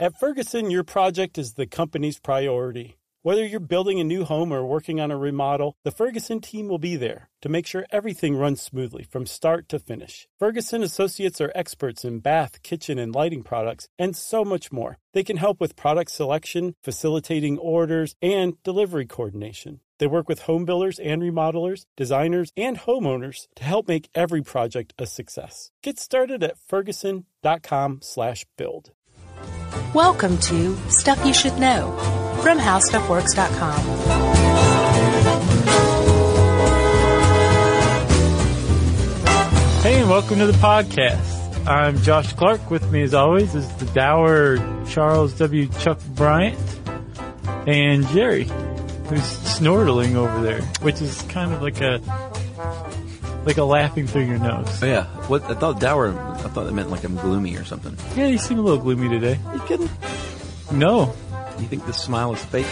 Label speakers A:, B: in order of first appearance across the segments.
A: At Ferguson, your project is the company's priority. Whether you're building a new home or working on a remodel, the Ferguson team will be there to make sure everything runs smoothly from start to finish. Ferguson Associates are experts in bath, kitchen, and lighting products, and so much more. They can help with product selection, facilitating orders, and delivery coordination. They work with home builders and remodelers, designers, and homeowners to help make every project a success. Get started at ferguson.com/build.
B: Welcome to Stuff You Should Know from HowStuffWorks.com.
C: Hey, and welcome to the podcast. I'm Josh Clark. With me, as always, is the dour Charles W. Chuck Bryant and Jerry, who's snortling over there, which is kind of like a like a laughing through your nose.
D: Oh, yeah. What I thought dour. I thought that meant like I'm gloomy or something.
C: Yeah, you seem a little gloomy today.
D: Are you kidding?
C: No,
D: You think this smile is fake?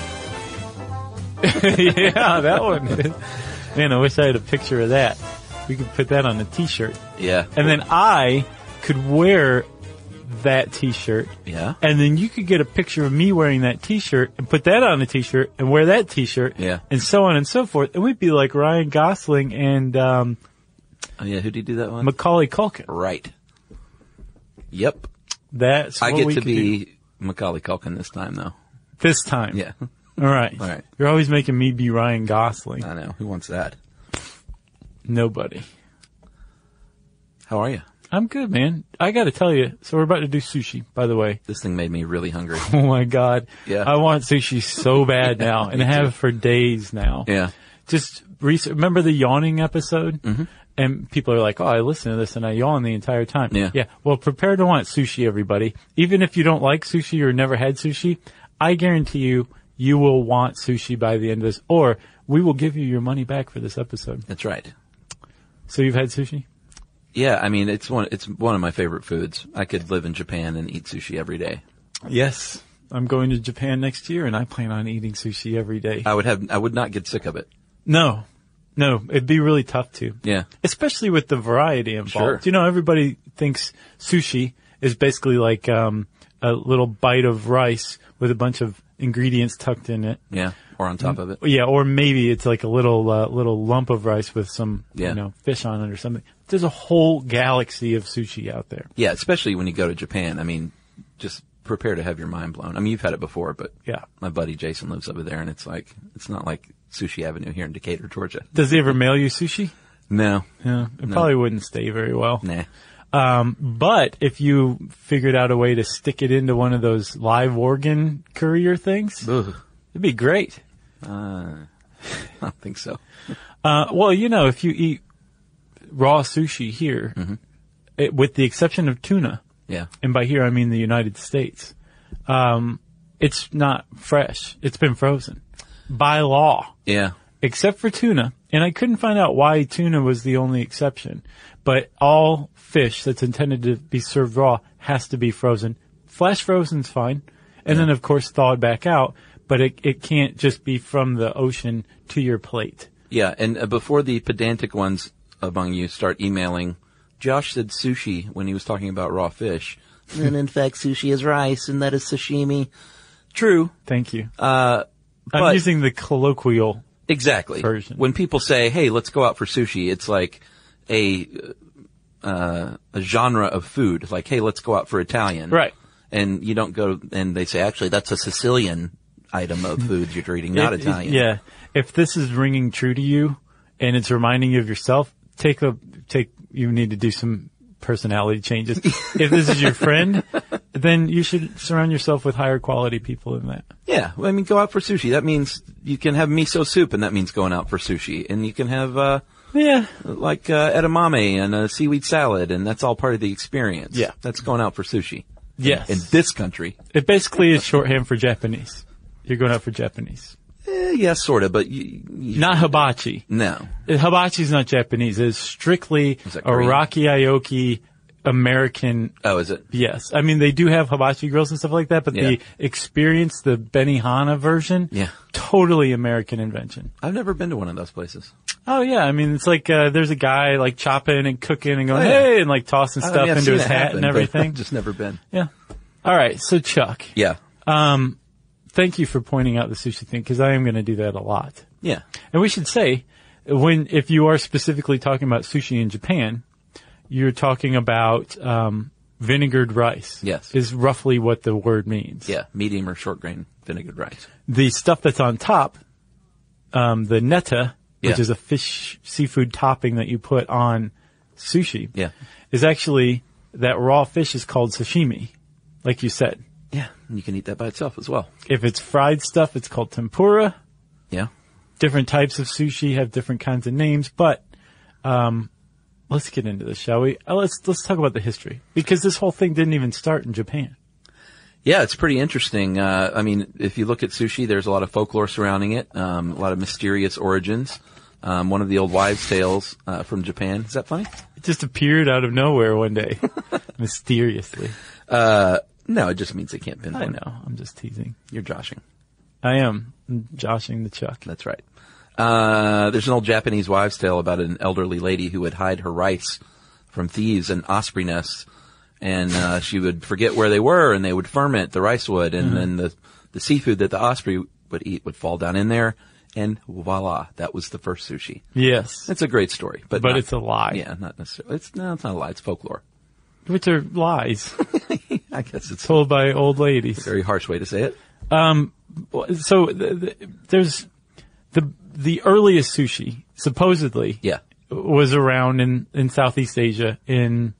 C: yeah, that one. is. Man, I wish I had a picture of that. We could put that on a T-shirt,
D: Yeah.
C: and then I could wear that T-shirt
D: yeah.
C: And then you could get a picture of me wearing that t-shirt and put that on a t-shirt and wear that t-shirt.
D: Yeah.
C: And so on and so forth. And we'd be like Ryan Gosling and, um,
D: Oh yeah. Who did you do that one?
C: Macaulay Culkin.
D: right. Yep.
C: That's
D: I
C: what we
D: get to
C: could do
D: be Macaulay Culkin this time though.
C: this time.
D: Yeah.
C: All right.
D: All right.
C: You're always making me be Ryan Gosling.
D: I know. Who wants that?
C: Nobody.
D: How are you?
C: I'm good, man. I gotta tell you. So we're about to do sushi, by the way.
D: This thing made me really hungry.
C: Oh my God.
D: Yeah.
C: I want sushi so bad now and I have for days now.
D: yeah.
C: just research, remember the yawning episode? Mm-hmm. And people are like, oh, I listen to this and I yawn the entire time.
D: Yeah.
C: Yeah. Well, prepare to want sushi, everybody. Even if you don't like sushi or never had sushi, I guarantee you, you will want sushi by the end of this, or we will give you your money back for this episode.
D: That's right.
C: So you've had sushi?
D: Yeah. I mean, it's one. It's one of my favorite foods. I could live in Japan and eat sushi every day.
C: Yes. I'm going to Japan next year and I plan on eating sushi every day.
D: I would have. I would not get sick of it.
C: no. No, it'd be really tough to.
D: Yeah.
C: especially with the variety involved.
D: Sure.
C: You know, everybody thinks sushi is basically like um, a little bite of rice with a bunch of ingredients tucked in it.
D: Yeah. Or on top of it.
C: Yeah, or maybe it's like a little uh, little lump of rice with some
D: Yeah.
C: you know fish on it or something. There's a whole galaxy of sushi out there.
D: Yeah. Especially when you go to Japan. I mean, just prepare to have your mind blown. I mean, you've had it before, but
C: Yeah.
D: my buddy Jason lives over there, and it's like it's not like Sushi Avenue here in Decatur, Georgia.
C: Does he ever mail you sushi?
D: No,
C: Yeah, it probably wouldn't stay very well.
D: nah,
C: Um, but if you figured out a way to stick it into one of those live organ courier things, it'd be great.
D: I don't think so.
C: Uh, well, you know, if you eat raw sushi here, it, with the exception of tuna,
D: Yeah,
C: and by here I mean the United States, um, it's not fresh. It's been frozen by law,
D: yeah,
C: except for tuna. And I couldn't find out why tuna was the only exception, but all fish that's intended to be served raw has to be frozen. Flash frozen's fine. And then of course thawed back out, but it, it can't just be from the ocean to your plate.
D: yeah. And uh, before the pedantic ones among you start emailing, Josh said sushi when he was talking about raw fish, and in fact, sushi is rice, and that is sashimi. True,
C: Thank you. I'm
D: Uh, but
C: using the colloquial.
D: exactly.
C: version.
D: When people say, "Hey, let's go out for sushi," it's like a uh, a genre of food. Like, "Hey, let's go out for Italian,"
C: Right.
D: And you don't go, and they say, "Actually, that's a Sicilian." Item of food you're eating, not
C: If-
D: Italian.
C: Yeah. If this is ringing true to you and it's reminding you of yourself, take a, take, you need to do some personality changes. if this is your friend, then you should surround yourself with higher quality people than that.
D: Yeah, well, I mean, go out for sushi. That means you can have miso soup, and that means going out for sushi. And you can have uh,
C: Yeah.
D: like uh, edamame and a seaweed salad, and that's all part of the experience.
C: Yeah.
D: that's going out for sushi.
C: Yes.
D: in this country.
C: It basically is shorthand for Japanese. You're going out for Japanese.
D: Eh, yeah, sort of, but you, you,
C: Not hibachi.
D: no.
C: Hibachi's not Japanese. It's strictly
D: Is that Korean?
C: Iraqi Aoki American.
D: Oh, is it?
C: Yes. I mean, they do have hibachi grills and stuff like that, but the
D: Yeah.
C: experience, the Benihana version,
D: Yeah.
C: totally American invention.
D: I've never been to one of those places.
C: Oh yeah. I mean, it's like, uh, there's a guy like chopping and cooking and going,
D: Oh, yeah.
C: hey, and like tossing
D: I
C: stuff
D: mean, I've
C: into
D: seen
C: his
D: it
C: hat
D: happen,
C: and
D: but
C: everything.
D: I've just never been.
C: yeah. All right. So Chuck,
D: Yeah.
C: thank you for pointing out the sushi thing because I am going to do that a lot.
D: Yeah.
C: And we should say, when if you are specifically talking about sushi in Japan, you're talking about um, vinegared rice.
D: Yes.
C: is roughly what the word means.
D: Yeah. Medium or short grain vinegar rice.
C: The stuff that's on top, um, the neta, which
D: Yeah.
C: is a fish seafood topping that you put on sushi,
D: Yeah.
C: is actually that raw fish is called sashimi, like you said.
D: Yeah. You can eat that by itself as well.
C: If it's fried stuff, it's called tempura.
D: Yeah.
C: different types of sushi have different kinds of names, but um, let's get into this, shall we? Uh, let's let's talk about the history because this whole thing didn't even start in Japan.
D: Yeah, it's pretty interesting. Uh, I mean, if you look at sushi, there's a lot of folklore surrounding it, um, a lot of mysterious origins. Um, one of the old wives' tales uh, from Japan. Is that funny?
C: It just appeared out of nowhere one day, mysteriously.
D: No, it just means they can't pinpoint
C: I
D: it.
C: know. I'm just teasing.
D: You're joshing.
C: I am I'm joshing the chuck.
D: That's right. Uh, there's an old Japanese wives' tale about an elderly lady who would hide her rice from thieves in osprey nests, and uh, she would forget where they were, and they would ferment the rice would, and
C: Mm-hmm.
D: then the the seafood that the osprey would eat would fall down in there, and voila, that was the first sushi.
C: Yes,
D: It's a great story, but
C: But
D: not-
C: it's a lie.
D: Yeah, not necessarily. It's no, it's not a lie. It's folklore.
C: which are lies
D: I guess it's a
C: told by old ladies.
D: very harsh way to say it.
C: So th th there's the the earliest sushi supposedly
D: Yeah,
C: was around in, in Southeast Asia in,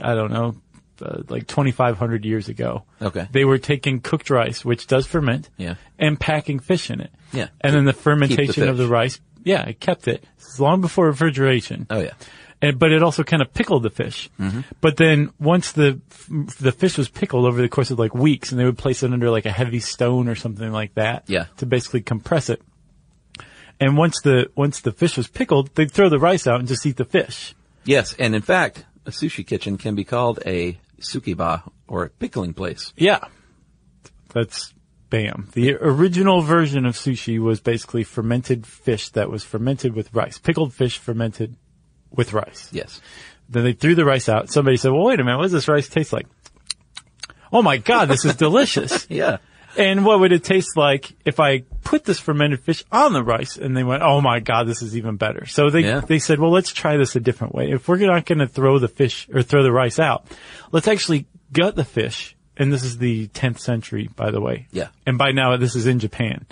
C: I don't know, uh, like 2,500 years ago.
D: Okay.
C: They were taking cooked rice, which does ferment,
D: Yeah.
C: and packing fish in it.
D: Yeah.
C: And then the fermentation of
D: fish.
C: the rice, yeah, it kept it. It's long before refrigeration.
D: Oh, yeah.
C: And, but it also kind of pickled the fish. But then once the f- the fish was pickled over the course of like weeks, and they would place it under like a heavy stone or something like that,
D: Yeah.
C: to basically compress it. And once the once the fish was pickled, they'd throw the rice out and just eat the fish.
D: yes, and in fact, a sushi kitchen can be called a sukiba or a pickling place.
C: Yeah, that's bam. The original version of sushi was basically fermented fish that was fermented with rice, pickled fish fermented with rice.
D: Yes.
C: Then they threw the rice out. Somebody said, well, wait a minute. What does this rice taste like? Oh my God, this is delicious.
D: Yeah.
C: And what would it taste like if I put this fermented fish on the rice? And they went, oh my God, this is even better. So they,
D: Yeah.
C: they said, well, let's try this a different way. If we're not going to throw the fish or throw the rice out, let's actually gut the fish. And this is the 10th century, by the way.
D: Yeah.
C: And by now, this is in Japan.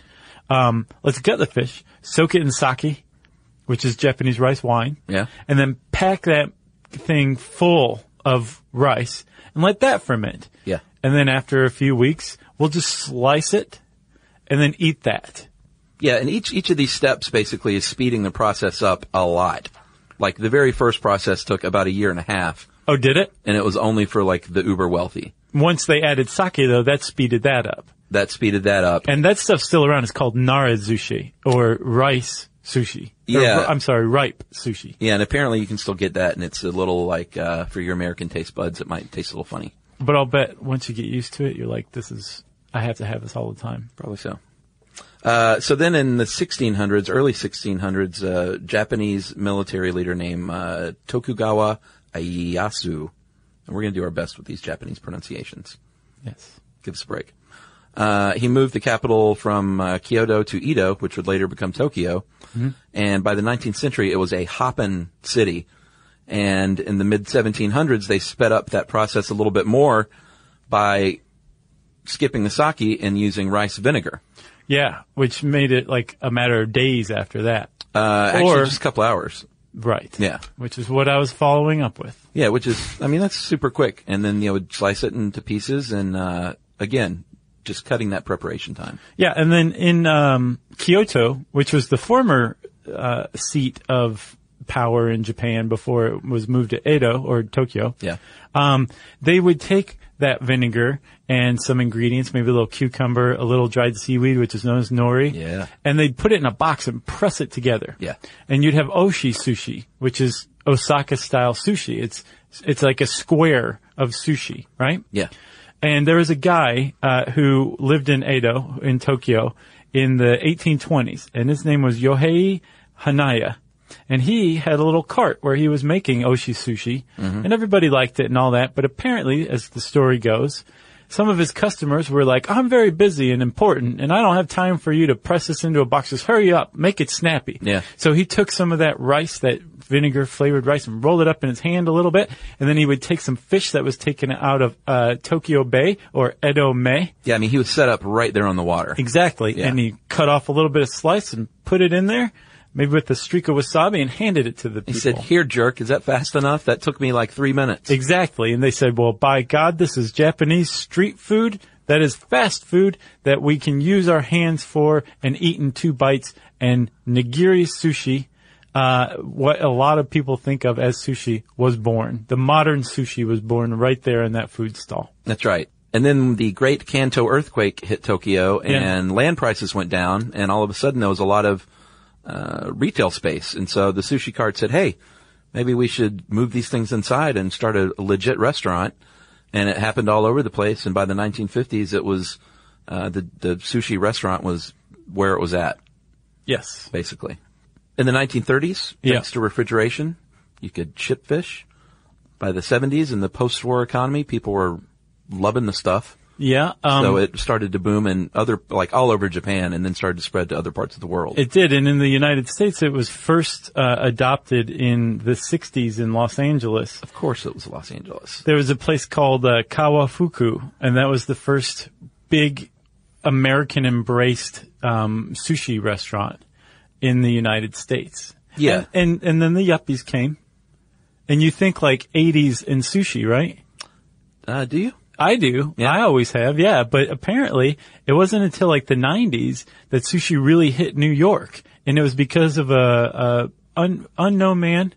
C: Um, let's gut the fish, soak it in sake, which is Japanese rice wine
D: Yeah.
C: and then pack that thing full of rice and let that ferment.
D: Yeah.
C: And then after a few weeks, we'll just slice it and then eat that.
D: Yeah, and each each of these steps basically is speeding the process up a lot. Like the very first process took about a year and a half,
C: Oh, did it?
D: and it was only for like the uber wealthy.
C: Once they added sake though, that speeded that up.
D: That speeded that up.
C: And that stuff's still around. It's called nara sushi or rice sushi. Or
D: Yeah.
C: ri- I'm sorry, ripe sushi.
D: yeah, and apparently you can still get that, and it's a little like uh, for your American taste buds, it might taste a little funny.
C: But I'll bet once you get used to it, you're like, this is, I have to have this all the time.
D: Probably so. Uh, so then in the 1600s, early 1600s, uh, Japanese military leader named uh, Tokugawa Ieyasu, and we're going to do our best with these Japanese pronunciations.
C: Yes.
D: give us a break. Uh, he moved the capital from uh, Kyoto to Edo, which would later become Tokyo.
C: Mm-hmm.
D: And by the 19th century, it was a hoppin' city. And in the mid 1700s, they sped up that process a little bit more by skipping the sake and using rice vinegar.
C: Yeah. Which made it like a matter of days after that.
D: Uh,
C: Or-
D: actually, just a couple hours.
C: Right.
D: Yeah.
C: Which is what I was following up with.
D: Yeah, which is, I mean, that's super quick. And then, you know, would slice it into pieces and, uh, again, just cutting that preparation time.
C: Yeah, and then in um, Kyoto, which was the former uh, seat of power in Japan before it was moved to Edo or Tokyo.
D: Yeah.
C: Um, they would take that vinegar and some ingredients, maybe a little cucumber, a little dried seaweed, which is known as nori.
D: Yeah.
C: And they'd put it in a box and press it together.
D: Yeah.
C: And you'd have oshi sushi, which is Osaka style sushi. It's, it's like a square of sushi, right?
D: Yeah.
C: And there was a guy uh, who lived in Edo, in Tokyo, in the 1820s, and his name was Yohei Hanaya. And he had a little cart where he was making oshi sushi, and everybody liked it and all that. But apparently, as the story goes, some of his customers were like, "I'm very busy and important, and I don't have time for you to press this into a box. Just hurry up, make it snappy."
D: Yeah.
C: So he took some of that rice, that vinegar flavored rice, and rolled it up in his hand a little bit, and then he would take some fish that was taken out of uh, Tokyo Bay or Edo May.
D: Yeah, I mean, he was set up right there on the water.
C: Exactly.
D: Yeah.
C: And he cut off a little bit of slice and put it in there, maybe with a streak of wasabi, and handed it to the people.
D: He said, here, jerk, is that fast enough? That took me like three minutes.
C: Exactly. And they said, well, by God, this is Japanese street food. That is fast food that we can use our hands for and eat in two bites. And nigiri sushi, uh, what a lot of people think of as sushi was born. The modern sushi was born right there in that food stall.
D: That's right. And then the great Kanto earthquake hit Tokyo
C: Yeah.
D: and land prices went down and all of a sudden there was a lot of uh, retail space. And so the sushi cart said, hey, maybe we should move these things inside and start a legit restaurant. And it happened all over the place. And by the 1950s, it was, uh, the, the sushi restaurant was where it was at,
C: Yes.
D: basically. In the 1930s,
C: Yeah.
D: thanks to refrigeration, you could ship fish. By the 70s, in the post-war economy, people were loving the stuff.
C: Yeah. Um,
D: so it started to boom in other, like all over Japan and then started to spread to other parts of the world.
C: It did, and in the United States, it was first uh, adopted in the '60s in Los Angeles.
D: of course it was Los Angeles.
C: There was a place called uh, Kawafuku, and that was the first big American embraced um, sushi restaurant in the United States.
D: Yeah.
C: and, and and then the yuppies came, and you think like '80s and sushi, right?
D: Uh, do you?
C: I do.
D: Yeah.
C: I always have. Yeah. But apparently it wasn't until like the nineties that sushi really hit New York. And it was because of a, a un, unknown man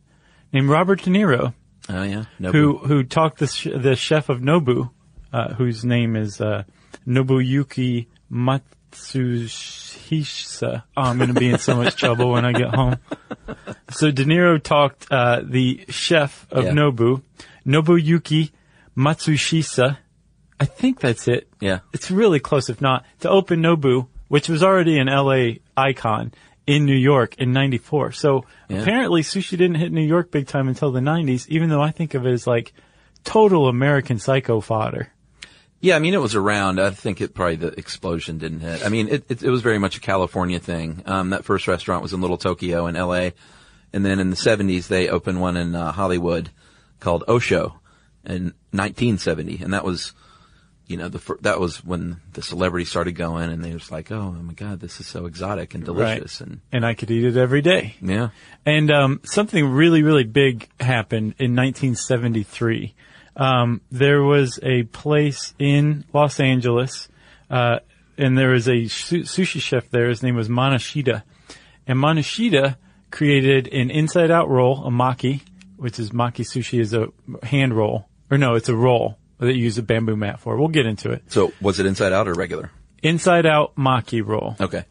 C: named Robert De Niro
D: Oh yeah. No.
C: who, who talked the, sh- the chef of Nobu, uh, whose name is, uh, Nobuyuki Matsuhisa. Oh, I'm going to be in so much trouble when I get home. So De Niro talked, uh, the chef of
D: Yeah.
C: Nobu, Nobuyuki Matsushisa. I think that's it.
D: Yeah.
C: It's really close, if not, to open Nobu, which was already an LA icon in New York in 94. So
D: Yeah.
C: apparently sushi didn't hit New York big time until the 90s, even though I think of it as like total American psycho fodder.
D: Yeah, I mean it was around. I think it probably the explosion didn't hit. I mean it it, it was very much a California thing. Um, that first restaurant was in Little Tokyo in L.A., and then in the '70s they opened one in uh, Hollywood called Osho in 1970, and that was. You know, the fir- that was when the celebrities started going, and they was like, "Oh, my God, this is so exotic and
C: Right.
D: delicious." And
C: And I could eat it every day.
D: yeah,
C: And um, something really, really big happened in 1973. Um, there was a place in Los Angeles, uh, and there was a su- sushi chef there. His name was Manashita. And Manashita created an inside out roll, a maki, which is maki sushi is a hand roll. Or no, it's a roll that you use a bamboo mat for. We'll get into it.
D: So was it inside out or regular?
C: Inside out maki roll
D: Okay.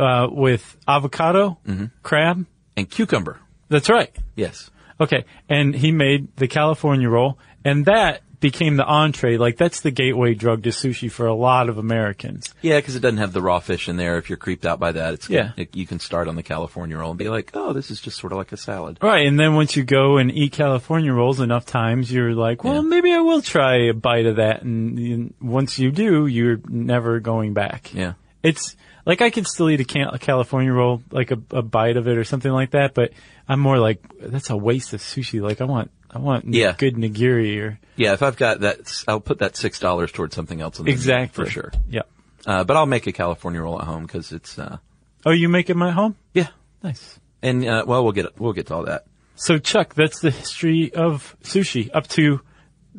C: uh, with avocado, crab.
D: And cucumber.
C: That's right.
D: Yes.
C: Okay, and he made the California roll, and that became the entree. Like that's the gateway drug to sushi for a lot of Americans.
D: Yeah, because it doesn't have the raw fish in there. If you're creeped out by that, it's
C: Yeah.
D: it- you can start on the California roll and be like, oh, this is just sort of like a salad.
C: Right, and then once you go and eat California rolls enough times, you're like, well,
D: Yeah.
C: maybe I will try a bite of that. And, you- once you do, you're never going back.
D: Yeah.
C: it's like I could still eat a, can- a California roll, like a, a bite of it or something like that. But I'm more like, that's a waste of sushi. Like I want, I want
D: Yeah.
C: good nigiri or
D: Yeah, if I've got that, s- I'll put that six dollars towards something else. In the menu
C: exactly
D: for sure.
C: Yeah.
D: Uh, but I'll make a California roll at home because it's uh,
C: Oh, you make it my home?
D: yeah,
C: Nice.
D: and uh, well, we'll get we'll get to all that.
C: So, Chuck, that's the history of sushi up to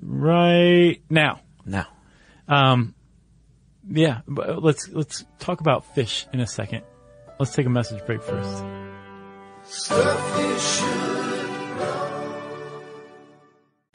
C: right now. Um,
D: Now,
C: Yeah, but let's let's talk about fish in a second. Let's take a message break first.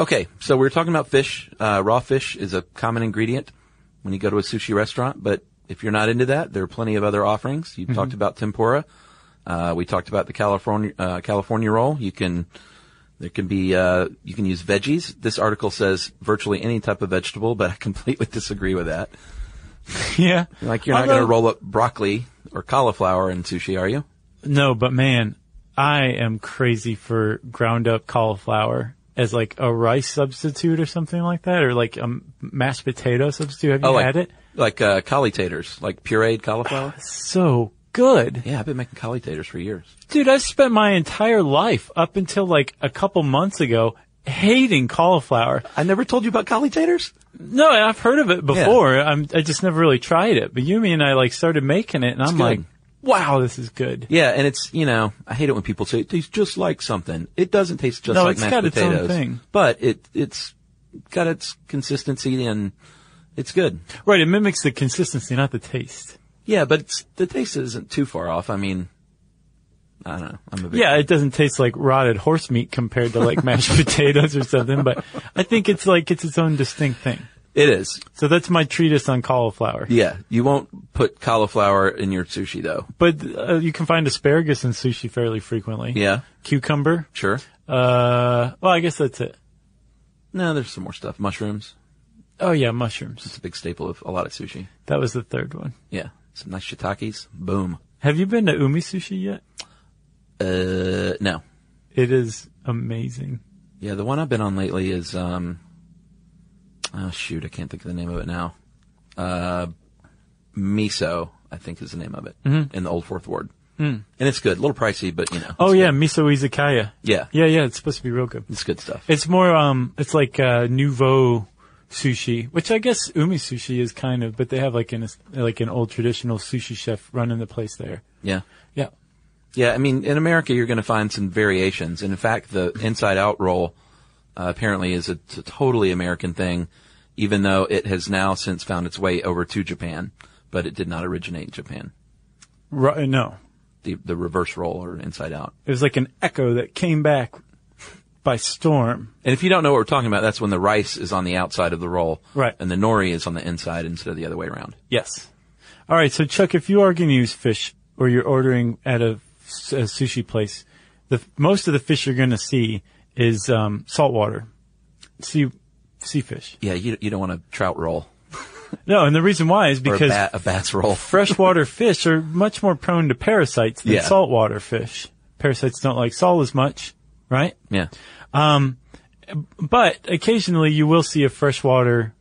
D: Okay, so we were talking about fish. Uh, raw fish is a common ingredient when you go to a sushi restaurant, but if you're not into that, there are plenty of other offerings. You talked about tempura. Uh, we talked about the California uh, California roll. You can there can be uh, you can use veggies. This article says virtually any type of vegetable, but I completely disagree with that.
C: yeah.
D: Like you're not
C: Although-
D: going to roll up broccoli or cauliflower in sushi, are you?
C: No, but man, I am crazy for ground up cauliflower as like a rice substitute or something like that, or like a m- mashed potato substitute. Have you
D: Oh, like
C: had it?
D: like uh, collie taters, like pureed cauliflower.
C: So good.
D: yeah, I've been making collie taters for years.
C: Dude, I spent my entire life up until like a couple months ago hating cauliflower.
D: I never told you about collie taters.
C: No, and I've heard of it before. I'm, I just never really tried it. But Yumi and I like started making it and I'm
D: good.
C: like, wow, this is good.
D: Yeah, and it's you know I hate it when people say it tastes just like something. It doesn't taste just
C: No,
D: like
C: it's
D: mashed
C: got its own
D: potatoes,
C: thing.
D: but it it's got its consistency and it's good.
C: Right. It mimics the consistency, not the taste.
D: Yeah, but it's, the taste isn't too far off. I mean, I don't know. I'm a big
C: Yeah, it doesn't taste like rotted horse meat compared to like mashed potatoes or something, but I think it's like it's its own distinct thing.
D: it is.
C: So that's my treatise on cauliflower.
D: Yeah, you won't put cauliflower in your sushi though.
C: But uh, you can find asparagus in sushi fairly frequently.
D: Yeah,
C: Cucumber.
D: sure.
C: Uh, well, I guess that's it.
D: No, there's some more stuff. Mushrooms.
C: Oh yeah, mushrooms.
D: It's a big staple of a lot of sushi.
C: That was the third one.
D: Yeah, some nice shiitakes. Boom.
C: Have you been to Umi Sushi yet?
D: Uh, no.
C: It is amazing.
D: Yeah, the one I've been on lately is um oh shoot, I can't think of the name of it now. Uh Miso, I think is the name of it. In the old fourth ward. Mm. And it's good. A little pricey, but you know.
C: Mm-hmm. Hmm. Oh
D: it's
C: yeah,
D: good.
C: miso izakaya.
D: Yeah.
C: Yeah, yeah, it's supposed to be real good.
D: It's good stuff.
C: It's more, um, it's like, uh, nouveau sushi, which I guess umi sushi is kind of, but they have like an, like an old traditional sushi chef running the place there.
D: yeah.
C: Yeah.
D: Yeah, I mean, in America, you're going to find some variations. And in fact, the inside out roll uh, apparently is a, it's a totally American thing, even though it has now since found its way over to Japan, but it did not originate in Japan.
C: Ru- no,
D: The, the reverse roll or inside out.
C: it was like an echo that came back by storm.
D: And if you don't know what we're talking about, that's when the rice is on the outside of the roll.
C: Right.
D: And the nori is on the inside instead of the other way around.
C: Yes. All right. So Chuck, if you are going to use fish or you're ordering at a, s- a sushi place, the most of the fish you're going to see is, um, saltwater. Sea, sea fish.
D: Yeah, you, you don't want a trout roll
C: No, and the reason why is
D: or a,
C: because
D: bat, a bat's roll.
C: freshwater fish are much more prone to parasites than
D: Yeah.
C: saltwater fish. Parasites don't like salt as much, right?
D: Yeah.
C: But occasionally you will see a freshwater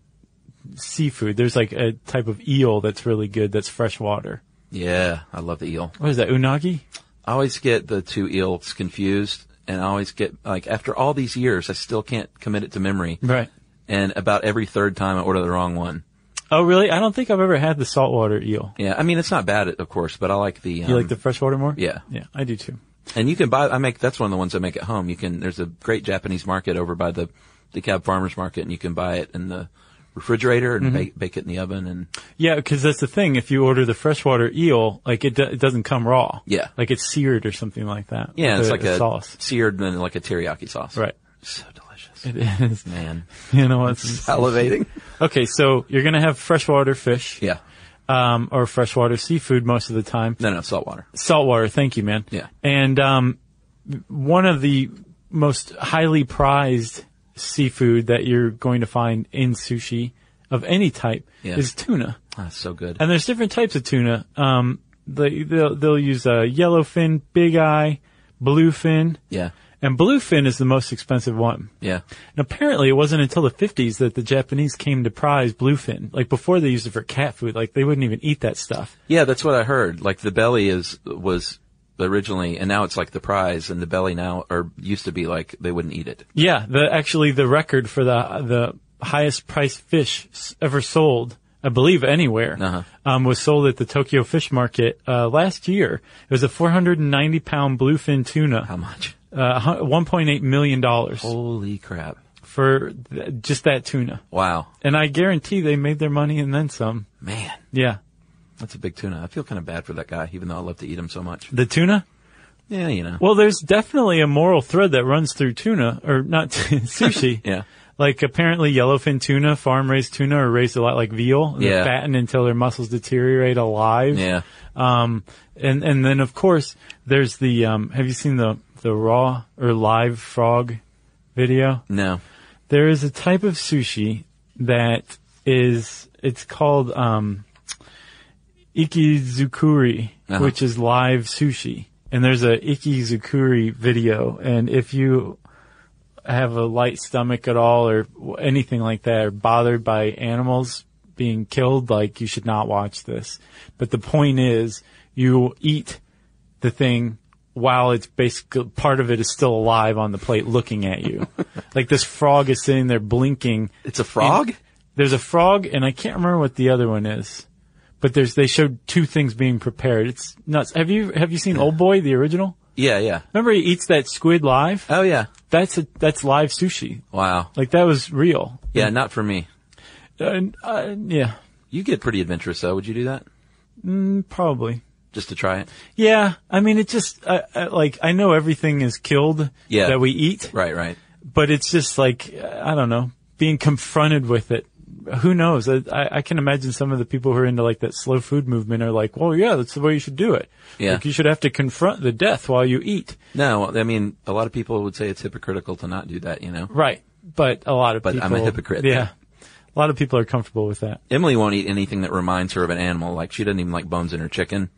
C: seafood. There's like a type of eel that's really good that's freshwater.
D: Yeah, I love the eel.
C: What is that, unagi?
D: I always get the two eels confused and I always get, like, after all these years, I still can't commit it to memory.
C: Right.
D: And about every third time I order the wrong one.
C: Oh, really? I don't think I've ever had the saltwater eel.
D: Yeah, I mean it's not bad, of course, but I like the. um,
C: You like the freshwater more?
D: Yeah,
C: yeah, I do too.
D: And you can buy. I make that's one of the ones I make at home. You can. There's a great Japanese market over by the DeKalb Farmers Market, and you can buy it in the refrigerator and
C: Mhm.
D: bake, bake it in the oven. And
C: Yeah, because that's the thing. If you order the freshwater eel, like it, do- it doesn't come raw.
D: Yeah.
C: like it's seared or something like that.
D: yeah, it's
C: With
D: like a
C: sauce.
D: seared and like a teriyaki sauce.
C: Right.
D: So delicious.
C: It is.
D: man.
C: You know what's
D: salivating.
C: Okay, so you're gonna have freshwater fish.
D: Yeah.
C: Um, or freshwater seafood most of the time.
D: No, no, saltwater.
C: Saltwater. Thank you, man.
D: Yeah.
C: And um, one of the most highly prized seafood that you're going to find in sushi of any type
D: Yeah.
C: is tuna.
D: That's Ah, so good.
C: And there's different types of tuna. Um, they, they'll, they'll use uh, yellowfin, big eye, bluefin.
D: Yeah.
C: And bluefin is the most expensive one.
D: Yeah.
C: And apparently it wasn't until the 50s that the Japanese came to prize bluefin. Like before they used it for cat food, like they wouldn't even eat that stuff.
D: Yeah, that's what I heard. Like the belly is was originally, and now it's like the prize, and the belly now or used to be like they wouldn't eat it.
C: Yeah, the actually the record for the the highest priced fish s- ever sold, I believe anywhere,
D: Uh-huh.
C: um, was sold at the Tokyo Fish Market uh, last year. It was a 490 pound bluefin tuna. How
D: much?
C: Uh, hu- 1.8 million dollars
D: Holy crap!
C: for th- just that tuna.
D: Wow,
C: And I guarantee they made their money and then some.
D: man,
C: Yeah,
D: that's a big tuna. I feel kind of bad for that guy, even though I love to eat him so much.
C: the tuna.
D: Yeah, you know.
C: Well, there's definitely a moral thread that runs through tuna, or not sushi.
D: Yeah.
C: Like apparently yellowfin tuna, farm raised tuna are raised a lot like veal. and They're
D: Yeah.
C: fattened until their muscles deteriorate alive.
D: Yeah.
C: Um, and, and then of course there's the, um, have you seen the, the raw or live frog video?
D: No.
C: There is a type of sushi that is, it's called, um, ikizukuri,
D: Uh-huh.
C: which is live sushi. And there's a ikizukuri video. And if you have a light stomach at all or w- anything like that or bothered by animals being killed, like you should not watch this. But the point is you eat the thing while it's basically part of it is still alive on the plate looking at you. like this frog is sitting there blinking.
D: It's a frog?
C: And There's a frog and I can't remember what the other one is. But there's they showed two things being prepared. It's nuts. Have you have you seen Old Boy the original?
D: Yeah, yeah.
C: Remember he eats that squid live?
D: Oh yeah.
C: That's a, that's live sushi.
D: Wow.
C: Like that was real.
D: Yeah, not for me.
C: And, uh, yeah,
D: You get pretty adventurous though. Would you do that
C: mm, probably.
D: just to try it?
C: Yeah, I mean, it just uh, uh, like I know everything is killed
D: Yeah.
C: that we eat,
D: Right, right.
C: but it's just like uh, I don't know, being confronted with it. Who knows? I, I, I can imagine some of the people who are into like that slow food movement are like, well, yeah, that's the way you should do it.
D: Yeah.
C: Like you should have to confront the death while you eat.
D: No, I mean, a lot of people would say it's hypocritical to not do that. You know.
C: Right. But a lot of
D: But
C: people.
D: I'm a hypocrite.
C: Yeah. A lot of people are comfortable with that.
D: Emily won't eat anything that reminds her of an animal. Like she doesn't even like bones in her chicken.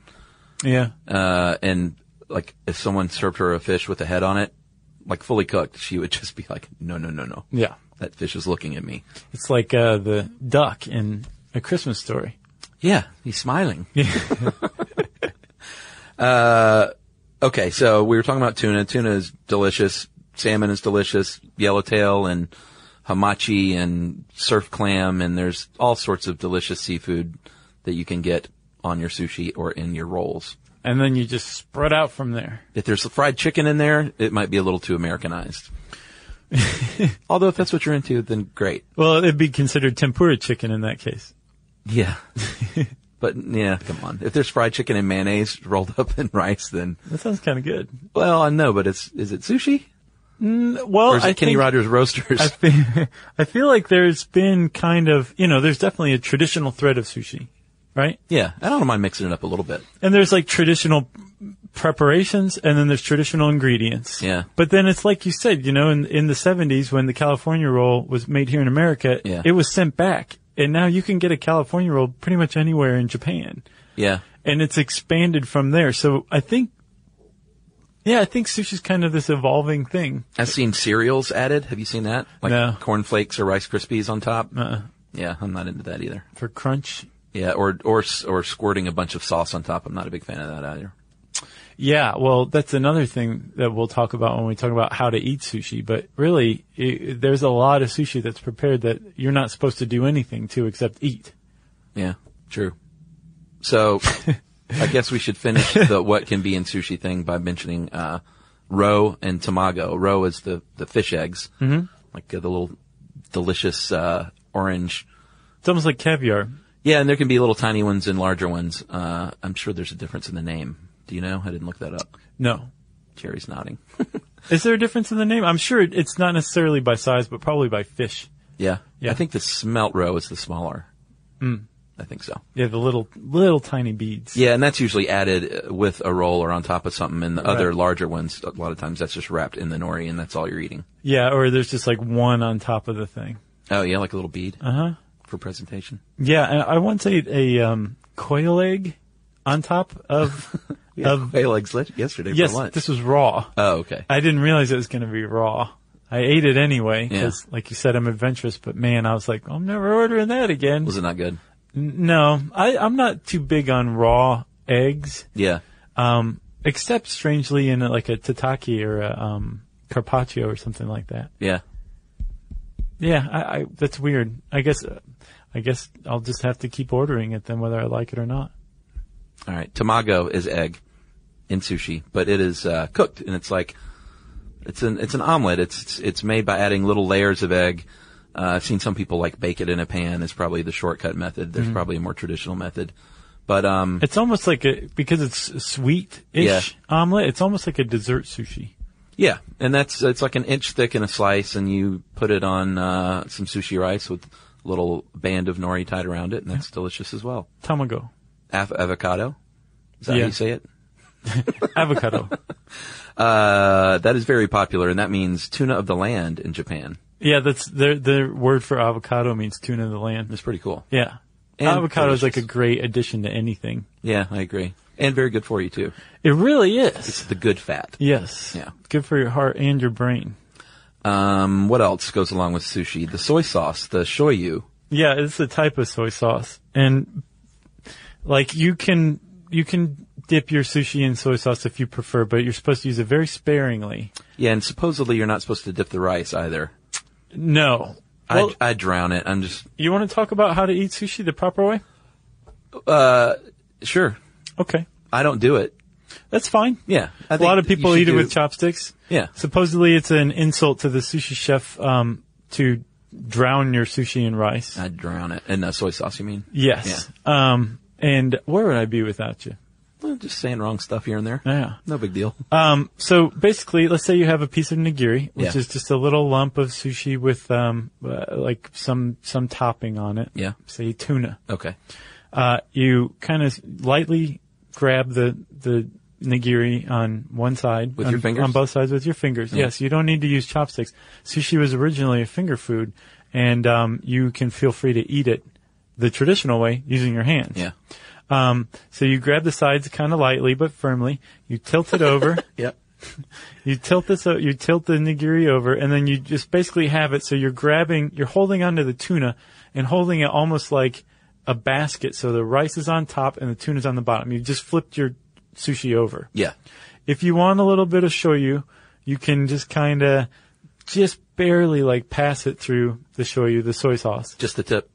C: Yeah.
D: Uh, and like if someone served her a fish with a head on it, like fully cooked, she would just be like, no, no, no, no.
C: Yeah.
D: That fish is looking at me.
C: It's like uh, the duck in A Christmas Story.
D: Yeah. He's smiling. uh, okay. So we were talking about tuna. Tuna is delicious. Salmon is delicious. Yellowtail and hamachi and surf clam. And there's all sorts of delicious seafood that you can get on your sushi or in your rolls.
C: And then you just spread out from there.
D: If there's fried chicken in there, it might be a little too Americanized. Although if that's what you're into, then great.
C: Well, it'd be considered tempura chicken in that case.
D: Yeah. but yeah, come on. If there's fried chicken and mayonnaise rolled up in rice, then
C: That sounds kind of good.
D: well, I know, but it's is it sushi
C: Mm, well,
D: or is it
C: I
D: Kenny
C: think-
D: Rogers Roasters?
C: I feel, I feel like there's been kind of, you know, there's definitely a traditional thread of sushi, right?
D: yeah, I don't mind mixing it up a little bit.
C: And there's like traditional preparations and then there's traditional ingredients.
D: Yeah.
C: But then it's like you said, you know, in, in the 70s when the California roll was made here in America,
D: Yeah.
C: it was sent back. And now you can get a California roll pretty much anywhere in Japan.
D: Yeah,
C: and it's expanded from there. So I think, yeah, I think sushi's kind of this evolving thing.
D: I've seen cereals added. Have you seen that? Like
C: No.
D: corn flakes or Rice Krispies on top.
C: Uh,
D: Yeah, I'm not into that either.
C: for crunch.
D: Yeah, or or s- or squirting a bunch of sauce on top. I'm not a big fan of that either.
C: Yeah, well, that's another thing that we'll talk about when we talk about how to eat sushi. But really, i there's a lot of sushi that's prepared that you're not supposed to do anything to except eat.
D: Yeah, true. So I guess we should finish the what can be in sushi thing by mentioning uh, roe and tamago. Roe is the, the fish eggs,
C: Mhm.
D: like uh, the little delicious uh, orange.
C: It's almost like caviar.
D: Yeah, and there can be little tiny ones and larger ones. Uh, I'm sure there's a difference in the name. Do you know? I didn't look that up.
C: No.
D: Jerry's nodding.
C: Is there a difference in the name? I'm sure it- it's not necessarily by size, but probably by fish.
D: Yeah.
C: Yeah.
D: I think the smelt roe is the smaller.
C: Mm.
D: I think so.
C: Yeah, the little little tiny beads.
D: Yeah, and that's usually added uh, with a roll or on top of something. And the other
C: Right.
D: larger ones, a lot of times that's just wrapped in the nori and that's all you're eating.
C: Yeah, or there's just like one on top of the thing.
D: Oh yeah, like a little bead.
C: Uh huh.
D: For presentation.
C: Yeah, I, I once ate a um, quail egg on top of
D: We had
C: of
D: quail eggs lit- yesterday
C: Yes,
D: for lunch.
C: this was raw.
D: Oh, okay.
C: I didn't realize it was going to be raw. I ate it anyway
D: Yeah.
C: because, like you said, I'm adventurous. But man, I was like, I'm never ordering that again.
D: Was it not good?
C: N- No, I, I'm not too big on raw eggs.
D: Yeah.
C: Um, except strangely in like a tataki or a um, carpaccio or something like that.
D: Yeah.
C: Yeah, I, I that's weird. I guess, uh, I guess I'll just have to keep ordering it then, whether I like it or not.
D: All right. Tamago is egg in sushi, but it is uh, cooked and it's like it's an it's an omelet. It's it's, it's made by adding little layers of egg. Uh, I've seen some people like bake it in a pan. Is probably the shortcut method. There's
C: Mhm.
D: probably a more traditional method, but um,
C: It's almost like a because it's sweet-ish
D: Yeah.
C: omelet. It's almost like a dessert sushi.
D: Yeah, and that's it's like an inch thick in a slice, and you put it on uh, some sushi rice with a little band of nori tied around it, and that's delicious as well.
C: Tamago,
D: Av- avocado, is that
C: Yeah.
D: how you say it?
C: avocado.
D: Uh, that is very popular, and that means tuna of the land in Japan.
C: yeah, that's their their word for avocado means tuna of the land.
D: It's pretty cool.
C: Yeah,
D: And
C: avocado is like a great addition to anything.
D: Yeah, I agree, and very good for you too.
C: It really is.
D: It's the good fat.
C: Yes.
D: Yeah.
C: Good for your heart and your brain.
D: Um, what else goes along with sushi? The soy sauce, the shoyu.
C: Yeah, it's a type of soy sauce, and like you can you can dip your sushi in soy sauce if you prefer, but you're supposed to use it very sparingly.
D: Yeah, and supposedly you're not supposed to dip the rice either.
C: No. Well-
D: I I drown it. I'm just
C: You want to talk about how to eat sushi the proper way?
D: uh sure.
C: Okay.
D: I don't do it.
C: That's fine.
D: Yeah. I
C: A
D: think
C: lot of
D: that you
C: people
D: should
C: eat it
D: do-
C: with chopsticks.
D: Yeah.
C: Supposedly it's an insult to the sushi chef um, to drown your sushi in rice.
D: I'd drown it. And uh, soy sauce, you mean?
C: yes.
D: Yeah.
C: Um, and where would I be without you?
D: Well, just saying wrong stuff here and there.
C: Yeah.
D: No big deal.
C: Um, so basically, let's say you have a piece of nigiri, which
D: Yeah.
C: is just a little lump of sushi with um, uh, like some some topping on it.
D: Yeah.
C: Say tuna.
D: Okay.
C: Uh, you kind of lightly grab the the nigiri on one side
D: With
C: on,
D: your fingers?
C: on both sides with your fingers.
D: Yeah.
C: Yes, you don't need to use chopsticks. Sushi was originally a finger food, and um, you can feel free to eat it the traditional way using your hands.
D: Yeah.
C: Um, so you grab the sides kind of lightly but firmly. You tilt it over.
D: Yep.
C: You tilt this. o- You tilt the nigiri over, and then you just basically have it. So you're grabbing, you're holding onto the tuna and holding it almost like a basket. So the rice is on top and the tuna's on the bottom. You just flipped your sushi over.
D: Yeah.
C: If you want a little bit of shoyu, you can just kind of, just barely like pass it through the shoyu, the soy sauce.
D: Just the tip.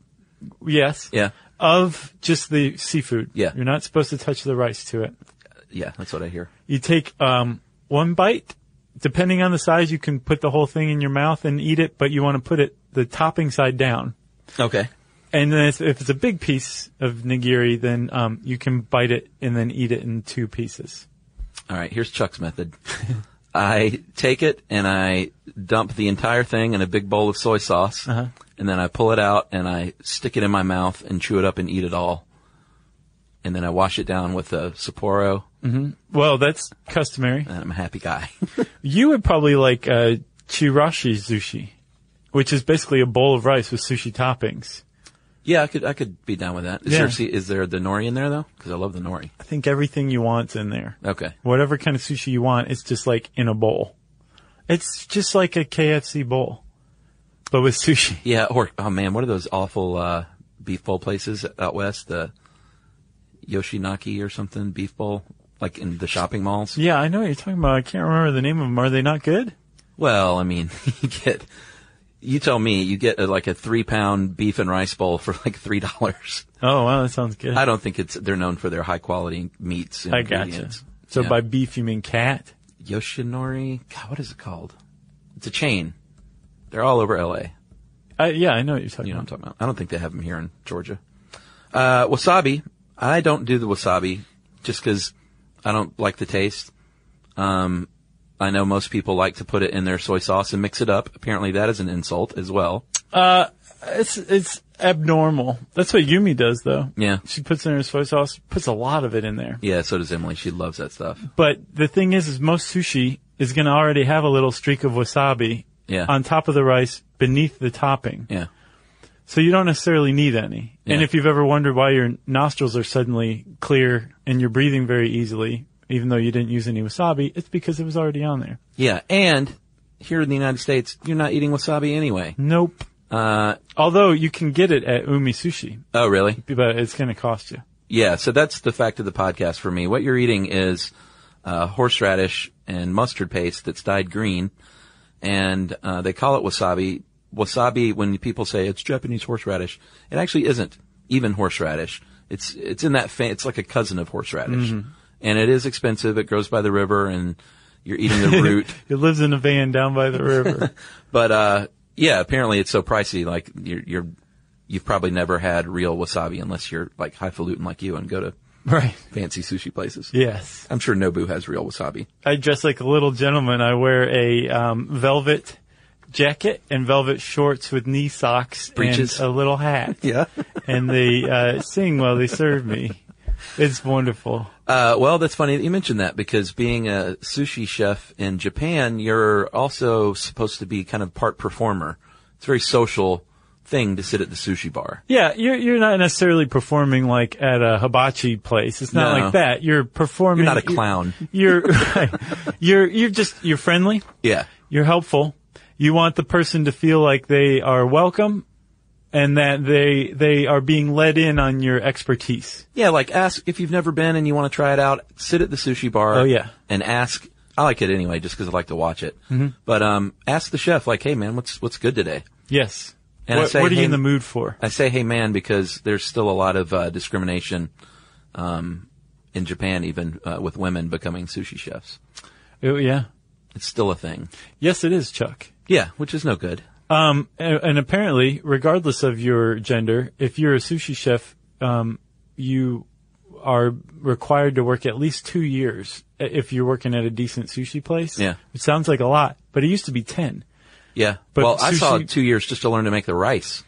C: Yes.
D: Yeah.
C: Of just the seafood.
D: Yeah.
C: You're not supposed to touch the rice to it.
D: Yeah, that's what I hear.
C: You take um, one bite. Depending on the size, you can put the whole thing in your mouth and eat it, but you want to put it the topping side down.
D: Okay.
C: And then if, if it's a big piece of nigiri, then um, you can bite it and then eat it in two pieces.
D: All right. Here's Chuck's method. I take it and I dump the entire thing in a big bowl of soy sauce.
C: Uh-huh.
D: And then I pull it out and I stick it in my mouth and chew it up and eat it all. And then I wash it down with a Sapporo
C: Well, that's customary.
D: and I'm a happy guy.
C: You would probably like uh, chirashi sushi, which is basically a bowl of rice with sushi toppings.
D: yeah, I could, I could be down with that. Is
C: Yeah.
D: there, see, is there the nori in there though? Cause I love the nori.
C: I think everything you want's in there.
D: Okay.
C: whatever kind of sushi you want, it's just like in a bowl. It's just like a KFC bowl, but with sushi.
D: Yeah, or oh man, what are those awful uh, beef bowl places out west? The Yoshinaki or something beef bowl, like in the shopping malls.
C: Yeah, I know what you're talking about. I can't remember the name of them. Are they not good?
D: Well, I mean, you get you tell me, you get a, like a three pound beef and rice bowl for like three dollars.
C: Oh wow, that sounds good.
D: I don't think it's they're known for their high quality meats. And
C: I gotcha.
D: ingredients.
C: So
D: Yeah.
C: by beef you mean cat?
D: Yoshinori, God, what is it called? It's a chain. They're all over L.A.
C: I, yeah, I know what you're talking
D: You know what I'm talking about. I don't think they have them here in Georgia. Uh, wasabi. I don't do the wasabi just because I don't like the taste. Um, I know most people like to put it in their soy sauce and mix it up. Apparently, that is an insult as well.
C: Uh, it's it's abnormal. That's what Yumi does though.
D: Yeah.
C: She puts in her soy sauce, puts a lot of it in there.
D: Yeah, so does Emily. She loves that stuff.
C: But the thing is, is most sushi is going to already have a little streak of wasabi
D: Yeah.
C: on top of the rice beneath the topping.
D: Yeah.
C: So you don't necessarily need any. And
D: Yeah.
C: if you've ever wondered why your nostrils are suddenly clear and you're breathing very easily, even though you didn't use any wasabi, it's because it was already on there.
D: Yeah, and here in the United States, you're not eating wasabi anyway.
C: Nope.
D: Uh,
C: Although you can get it at Umi Sushi,
D: oh, really?
C: but it's going to cost you.
D: Yeah, so that's the fact of the podcast for me. What you're eating is uh, horseradish and mustard paste that's dyed green, and uh, they call it wasabi. Wasabi, when people say it's Japanese horseradish, it actually isn't even horseradish. It's it's in that fa- it's like a cousin of horseradish,
C: Mhm.
D: and it is expensive. It grows by the river, and you're eating the root.
C: It lives in a van down by the river.
D: But uh, yeah, apparently it's so pricey. Like you're, you're, you've probably never had real wasabi unless you're like highfalutin like you and go to
C: Right.
D: fancy sushi places.
C: Yes.
D: I'm sure Nobu has real wasabi.
C: I dress like a little gentleman. I wear a um, velvet jacket and velvet shorts with knee socks
D: Breeches.
C: and a little hat.
D: Yeah.
C: and they uh, sing while they serve me. It's wonderful.
D: Uh, well, that's funny that you mentioned that because being a sushi chef in Japan, you're also supposed to be kind of part performer. It's a very social thing to sit at the sushi bar.
C: Yeah, you're you're not necessarily performing like at a hibachi place. It's not
D: No.
C: like that. You're performing.
D: You're not a clown.
C: You're right. you're you're just you're friendly.
D: Yeah.
C: You're helpful. You want the person to feel like they are welcome, and that they they are being let in on your expertise.
D: Yeah, like ask if you've never been and you want to try it out. Sit at the sushi bar.
C: Oh, yeah.
D: and ask. I like it anyway, just because I like to watch it.
C: Mhm.
D: But um, ask the chef, like, "Hey man, what's what's good today?"
C: Yes.
D: And I
C: what,
D: say, Uh,
C: what are
D: hey-
C: you in the mood for?
D: I say, "Hey man," because there's still a lot of uh, discrimination um, in Japan, even uh, with women becoming sushi chefs.
C: Oh, yeah.
D: It's still a thing.
C: Yes, it is, Chuck.
D: Yeah, which is no good.
C: Um, and, and apparently, regardless of your gender, if you're a sushi chef, um, you are required to work at least two years i- if you're working at a decent sushi place.
D: Yeah.
C: It sounds like a lot, but it used to be 10.
D: Yeah.
C: But
D: well, I saw
C: sushi-
D: two years just to learn to make the rice,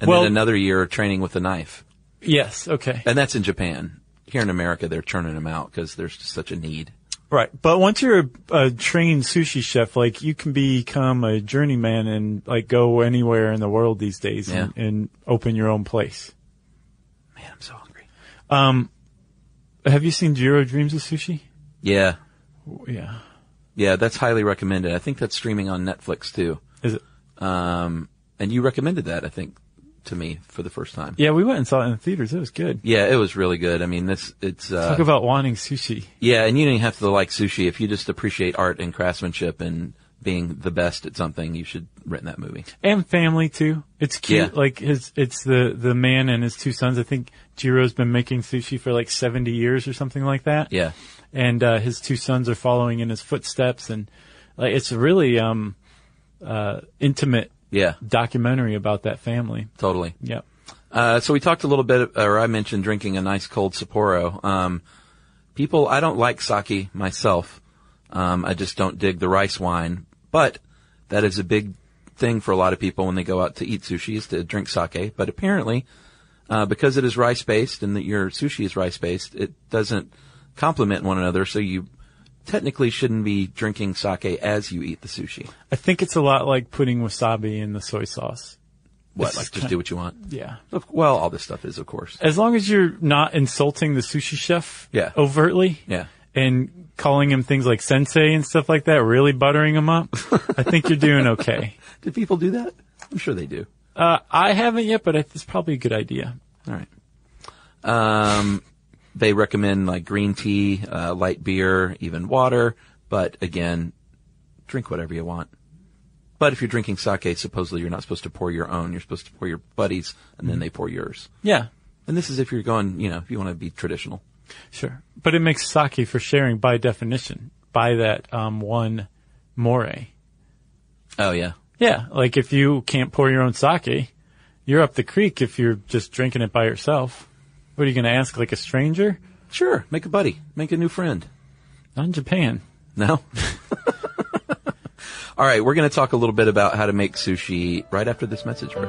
D: and
C: Well-
D: then another year of training with the knife,
C: Yes. Okay.
D: and that's in Japan. Here in America, they're churning them out because there's just such a need.
C: Right. But once you're a, a trained sushi chef, like you can become a journeyman and like go anywhere in the world these days and, and open your own place.
D: Man, I'm so hungry.
C: Um, have you seen Jiro Dreams of Sushi?
D: Yeah.
C: Yeah.
D: Yeah, that's highly recommended. I think that's streaming on Netflix too.
C: Is it?
D: Um, and you recommended that, I think, to me for the first time.
C: Yeah, we went and saw it in the theaters. It was good.
D: Yeah, it was really good. I mean, this, it's, uh,
C: Talk about wanting sushi.
D: yeah, and you don't even have to like sushi. If you just appreciate art and craftsmanship and being the best at something, you should rent that movie.
C: And family too. It's cute.
D: Yeah.
C: Like his, it's the, the man and his two sons. I think Jiro's been making sushi for like 70 years or something like that.
D: Yeah.
C: And, uh, his two sons are following in his footsteps and like it's a really, um, uh, intimate
D: Yeah,
C: documentary about that family.
D: totally.
C: Yep.
D: Uh, so we talked a little bit, or I mentioned drinking a nice cold Sapporo. Um, people, I don't like sake myself. Um, I just don't dig the rice wine, but that is a big thing for a lot of people when they go out to eat sushi is to drink sake. But apparently, uh, because it is rice based and that your sushi is rice based, it doesn't complement one another. So you technically shouldn't be drinking sake as you eat the sushi.
C: I think it's a lot like putting wasabi in the soy sauce.
D: What,
C: It's
D: like just
C: kind-
D: do what you want?
C: Yeah.
D: Of- Well, all this stuff is, of course.
C: As long as you're not insulting the sushi chef
D: Yeah.
C: overtly
D: Yeah.
C: and calling him things like sensei and stuff like that, really buttering him up, I think you're doing okay.
D: Do people do that? I'm sure they do.
C: Uh, I haven't yet, but I, it's probably a good idea.
D: All right. Um, they recommend like green tea, uh, light beer, even water. But again, drink whatever you want. But if you're drinking sake, supposedly you're not supposed to pour your own. You're supposed to pour your buddies, and then they pour yours.
C: Yeah.
D: And this is if you're going, you know, if you want to be traditional.
C: Sure. But it makes sake for sharing by definition, by that um, one more.
D: Oh yeah.
C: Yeah. Like if you can't pour your own sake, you're up the creek if you're just drinking it by yourself. What are you going to ask? Like a stranger?
D: Sure. Make a buddy. Make a new friend.
C: Not in Japan.
D: No. All right, we're going to talk a little bit about how to make sushi right after this message break.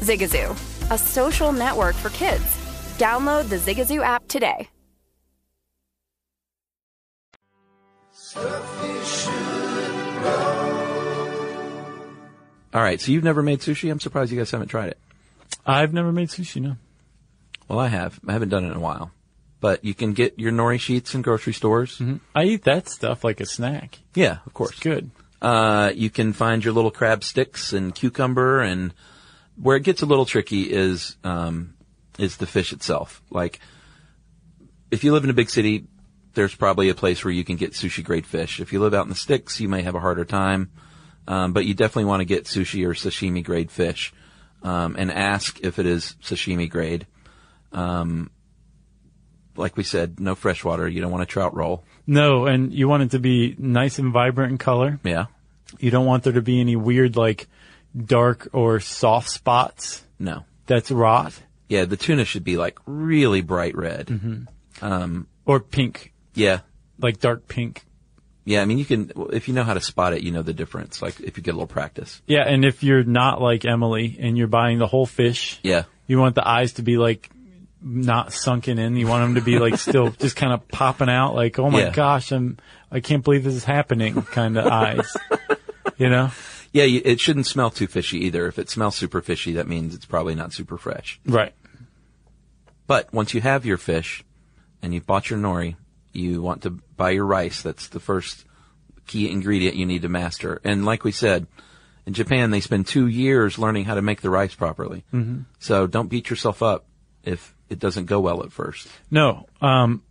E: Zigazoo, a social network for kids. Download the Zigazoo app today.
D: All right, so you've never made sushi? I'm surprised you guys haven't tried it.
C: I've never made sushi, no.
D: Well, I have. I haven't done it in a while. But you can get your nori sheets in grocery stores.
C: I eat that stuff like a snack.
D: Yeah, of course.
C: good.
D: Uh, you can find your little crab sticks and cucumber and where it gets a little tricky is, um, is the fish itself. Like, if you live in a big city, there's probably a place where you can get sushi grade fish. If you live out in the sticks, you may have a harder time. Um, but you definitely want to get sushi or sashimi grade fish, um, and ask if it is sashimi grade. Um, like we said, no freshwater. You don't want a trout roll.
C: No, and you want it to be nice and vibrant in color.
D: Yeah.
C: You don't want there to be any weird, like, dark or soft spots.
D: No.
C: That's rot.
D: Yeah, the tuna should be like really bright red.
C: Mm-hmm.
D: Um,
C: or pink.
D: Yeah.
C: Like dark pink.
D: Yeah, I mean, you can, well, if you know how to spot it, you know the difference. Like, if you get a little practice.
C: Yeah, and if you're not like Emily and you're buying the whole fish,
D: Yeah.
C: you want the eyes to be like not sunken in. You want them to be like still just kind of popping out, like, oh my
D: Yeah.
C: gosh, I'm, I can't believe this is happening kind of eyes. You know?
D: Yeah, you, it shouldn't smell too fishy either. If it smells super fishy, that means it's probably not super fresh.
C: Right.
D: But once you have your fish and you've bought your nori, you want to buy your rice. That's the first key ingredient you need to master. And like we said, in Japan, they spend two years learning how to make the rice properly. Mm-hmm. So don't beat yourself up if it doesn't go well at first.
C: No. Um,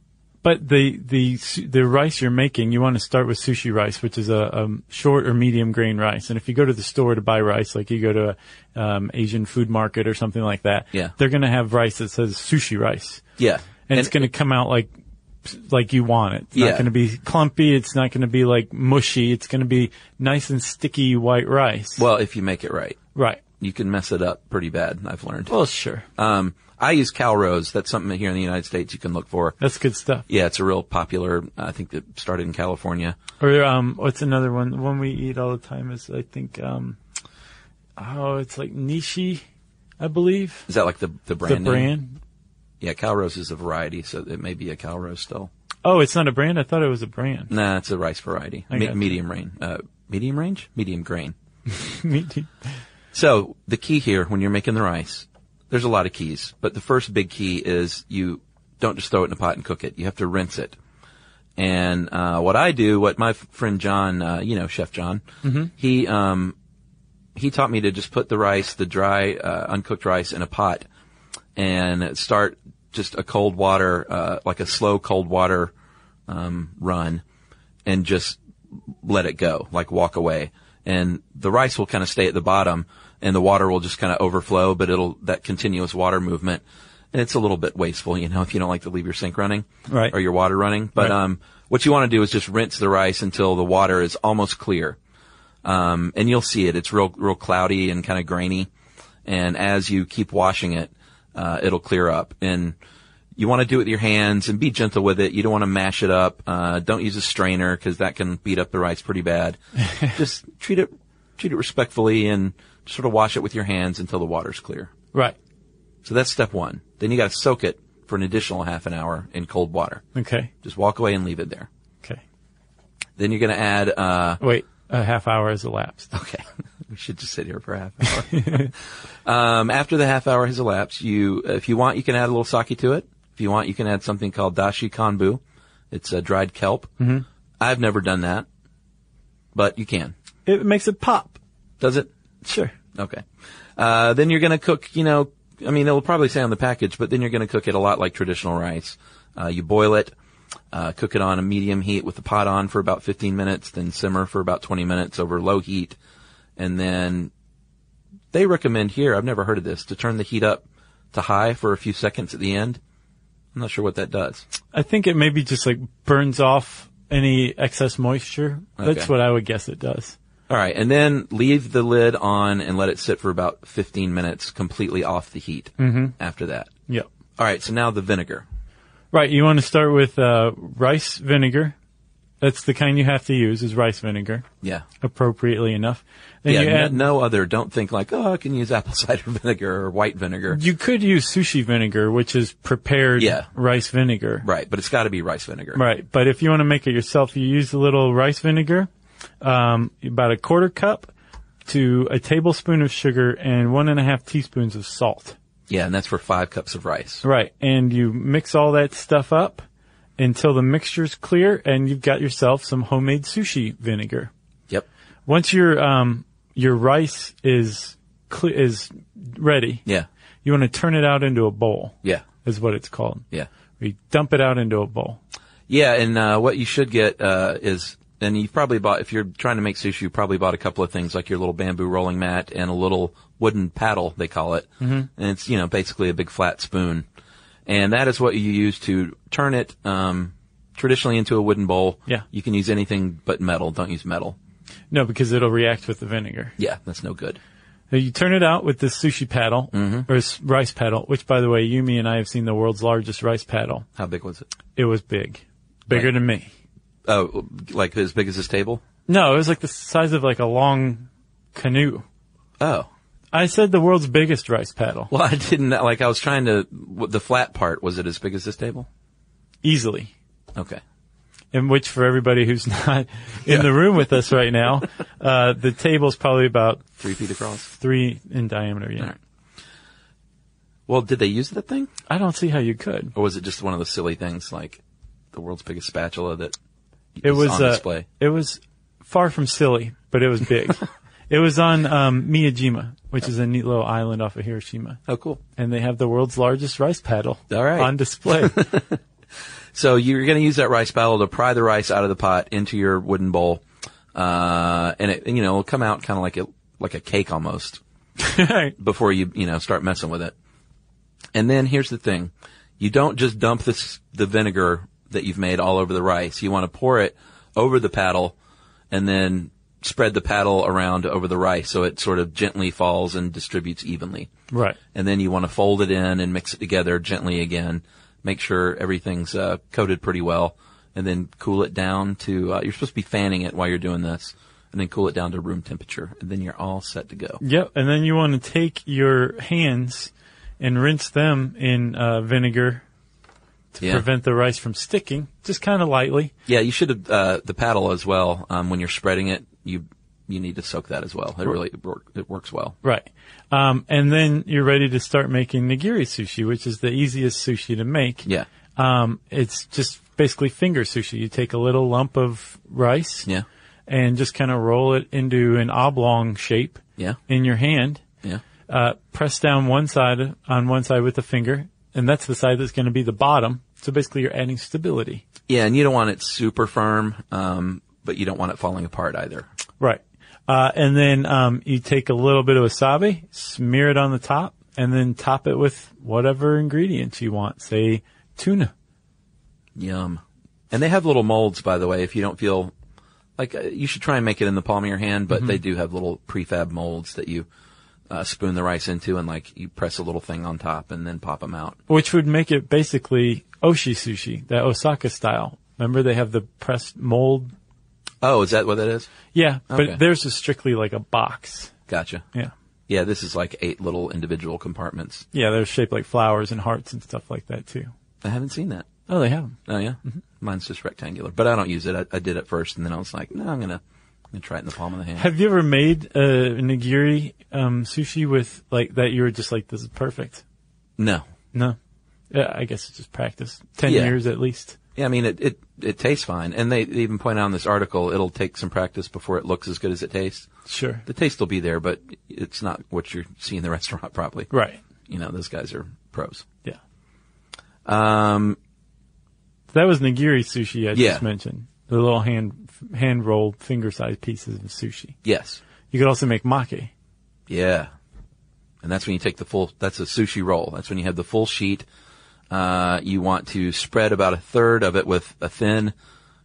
C: but the, the, su- the rice you're making, you want to start with sushi rice, which is a, um short or medium grain rice. And if you go to the store to buy rice, like you go to a, um, Asian food market or something like that,
D: Yeah.
C: they're going to have rice that says sushi rice.
D: Yeah.
C: and, it's going to come out like like you want it. It's
D: Yeah.
C: not going to be clumpy. It's not going to be like mushy. It's going to be nice and sticky white rice.
D: Well, if you make it right,
C: right.
D: you can mess it up pretty bad. I've learned.
C: Well, sure.
D: Um, I use Calrose. That's something here in the United States you can look for.
C: That's good stuff.
D: Yeah, it's a real popular. I think that started in California.
C: Or um, what's another one? The one we eat all the time is I think um, oh, it's like nishi, I believe.
D: Is that like the the brand?
C: the
D: name?
C: brand.
D: Yeah, Calrose is a variety, so it may be a Calrose still.
C: Oh, it's not a brand. I thought it was a brand.
D: Nah, it's a rice variety,
C: I
D: Me-
C: gotcha.
D: medium range. Uh, medium range, medium grain.
C: Me too.
D: So the key here, when you're making the rice, there's a lot of keys, but the first big key is you don't just throw it in a pot and cook it. You have to rinse it. And uh, what I do, what my f- friend John, uh, you know, Chef John, he um, he taught me to just put the rice, the dry, uh, uncooked rice in a pot and start just a cold water, uh, like a slow cold water, um, run and just let it go, like walk away. And the rice will kind of stay at the bottom and the water will just kind of overflow, but it'll, that continuous water movement. And it's a little bit wasteful, you know, if you don't like to leave your sink running
C: Right.
D: or your water running. But,
C: Right.
D: um, what you want to do is just rinse the rice until the water is almost clear. Um, and you'll see it. It's real, real cloudy and kind of grainy. And as you keep washing it, uh, it'll clear up. And you want to do it with your hands and be gentle with it. You don't want to mash it up. Uh, don't use a strainer because that can beat up the rice pretty bad. just treat it, treat it respectfully and sort of wash it with your hands until the water's clear.
C: Right.
D: So that's step one. Then you got to soak it for an additional half an hour in cold water.
C: Okay.
D: Just walk away and leave it there.
C: Okay.
D: Then you're going to add, uh,
C: Wait, a half hour has elapsed.
D: Okay. we should just sit here for a half hour. um, after the half hour has elapsed, you, if you want, you can add a little sake to it. If you want, you can add something called dashi kanbu. It's a dried kelp.
C: Mhm.
D: I've never done that, but you can.
C: It makes it pop.
D: Does it?
C: Sure.
D: Okay. Uh, then you're going to cook, you know, I mean, it'll probably say on the package, but then you're going to cook it a lot like traditional rice. Uh, you boil it, uh, cook it on a medium heat with the pot on for about 15 minutes, then simmer for about 20 minutes over low heat. And then they recommend here, I've never heard of this, to turn the heat up to high for a few seconds at the end. I'm not sure what that does.
C: I think it maybe just like burns off any excess moisture. That's
D: Okay.
C: what I would guess it does.
D: All right, and then leave the lid on and let it sit for about 15 minutes completely off the heat
C: Mhm.
D: after that.
C: Yep.
D: All right, so now the vinegar.
C: Right. You want to start with uh, rice vinegar. That's the kind you have to use is rice vinegar.
D: Yeah.
C: Appropriately enough. Then
D: yeah,
C: you
D: no-
C: add
D: no other. Don't think like, oh, I can use apple cider vinegar or white vinegar.
C: You could use sushi vinegar, which is prepared
D: Yeah.
C: rice vinegar.
D: Right, but it's got to be rice vinegar.
C: Right. But if you want to make it yourself, you use a little rice vinegar, um, about a quarter cup to a tablespoon of sugar and one and a half teaspoons of salt.
D: Yeah, and that's for five cups of rice.
C: Right. And you mix all that stuff up until the mixture's clear and you've got yourself some homemade sushi vinegar.
D: Yep.
C: Once your, um, your rice is, cle- is ready.
D: Yeah.
C: You want to turn it out into a bowl.
D: Yeah.
C: Is what it's called.
D: Yeah.
C: We dump it out into a bowl.
D: Yeah, and uh, what you should get uh, is, and you've probably bought, if you're trying to make sushi, you probably bought a couple of things like your little bamboo rolling mat and a little wooden paddle, they call it.
C: Mhm.
D: And it's, you know, basically a big flat spoon. And that is what you use to turn it um, traditionally into a wooden bowl.
C: Yeah.
D: You can use anything but metal. Don't use metal.
C: No, because it'll react with the vinegar.
D: Yeah, that's no good.
C: So you turn it out with this sushi paddle,
D: Mhm.
C: or this rice paddle, which by the way, Yumi and I have seen the world's largest rice paddle.
D: How big was it?
C: It was big. Bigger
D: Like-
C: than me.
D: Oh, like as big as this table?
C: No, it was like the size of like a long canoe.
D: Oh.
C: I said the world's biggest rice paddle.
D: Well, I didn't, like I was trying to, w- the flat part, was it as big as this table?
C: Easily.
D: Okay.
C: in which for everybody who's not in
D: Yeah.
C: the room with us right now, uh, the table's probably about
D: Three feet across?
C: three in diameter. Yeah.
D: All right. Well, did they use that thing?
C: I don't see how you could.
D: Or was it just one of those silly things like the world's biggest spatula that
C: It
D: is
C: was
D: on
C: uh,
D: display?
C: It was far from silly, but it was big. it was on um, Miyajima, which is a neat little island off of Hiroshima.
D: Oh, cool.
C: And they have the world's largest rice paddle.
D: All right.
C: On display.
D: So you're going to use that rice paddle to pry the rice out of the pot into your wooden bowl, uh, and it and, you know it'll come out kind of like a like a cake almost
C: right.
D: before you you know start messing with it. And then here's the thing: you don't just dump this the vinegar that you've made all over the rice. You want to pour it over the paddle, and then spread the paddle around over the rice so it sort of gently falls and distributes evenly.
C: Right.
D: and then you want to fold it in and mix it together gently again. Make sure everything's uh, coated pretty well, and then cool it down to. Uh, you're supposed to be fanning it while you're doing this, and then cool it down to room temperature, and then you're all set to go.
C: Yep. And then you want to take your hands and rinse them in uh, vinegar to
D: Yeah.
C: prevent the rice from sticking, just kind of lightly.
D: Yeah, you should have uh, the paddle as well. Um, when you're spreading it, you you need to soak that as well. It really it, work, it works well.
C: Right. Um, and then you're ready to start making nigiri sushi, which is the easiest sushi to make.
D: Yeah.
C: Um, it's just basically finger sushi. You take a little lump of rice.
D: Yeah.
C: and just kind of roll it into an oblong shape
D: Yeah.
C: in your hand.
D: Yeah.
C: Uh, press down one side on one side with the finger, and that's the side that's going to be the bottom. So basically, you're adding stability.
D: Yeah, and you don't want it super firm, um, but you don't want it falling apart either.
C: Right. Uh, and then um, you take a little bit of wasabi, smear it on the top, and then top it with whatever ingredients you want. Say tuna.
D: Yum. And they have little molds, by the way, if you don't feel like uh, you should try and make it in the palm of your hand, but
C: Mhm.
D: they do have little prefab molds that you uh, spoon the rice into and like you press a little thing on top and then pop them out.
C: which would make it basically oshi sushi, that Osaka style. Remember they have the pressed mold.
D: Oh, is that what that is?
C: Yeah,
D: Okay.
C: but theirs is strictly like a box.
D: Gotcha.
C: Yeah.
D: Yeah, this is like eight little individual compartments.
C: Yeah, they're shaped like flowers and hearts and stuff like that too.
D: I haven't seen that.
C: Oh, they have 'em.
D: Oh yeah, mine's just rectangular, but I don't use it. I, I did it first, and then I was like, no, I'm gonna, I'm gonna try it in the palm of the hand.
C: Have you ever made uh, nigiri um, sushi with like that? You were just like, this is perfect.
D: no,
C: No. Yeah, I guess it's just practice. Ten
D: Yeah.
C: years at least.
D: Yeah, I mean it, it. It tastes fine, and they they even point out in this article it'll take some practice before it looks as good as it tastes.
C: Sure.
D: the taste will be there, but it's not what you see in the restaurant probably.
C: Right.
D: You know, those guys are pros.
C: Yeah.
D: Um.
C: That was nigiri sushi I
D: Yeah.
C: just mentioned. The little hand hand rolled finger sized pieces of sushi.
D: Yes.
C: You could also make maki.
D: Yeah. And that's when you take the full, that's a sushi roll. That's when you have the full sheet. Uh, you want to spread about a third of it with a thin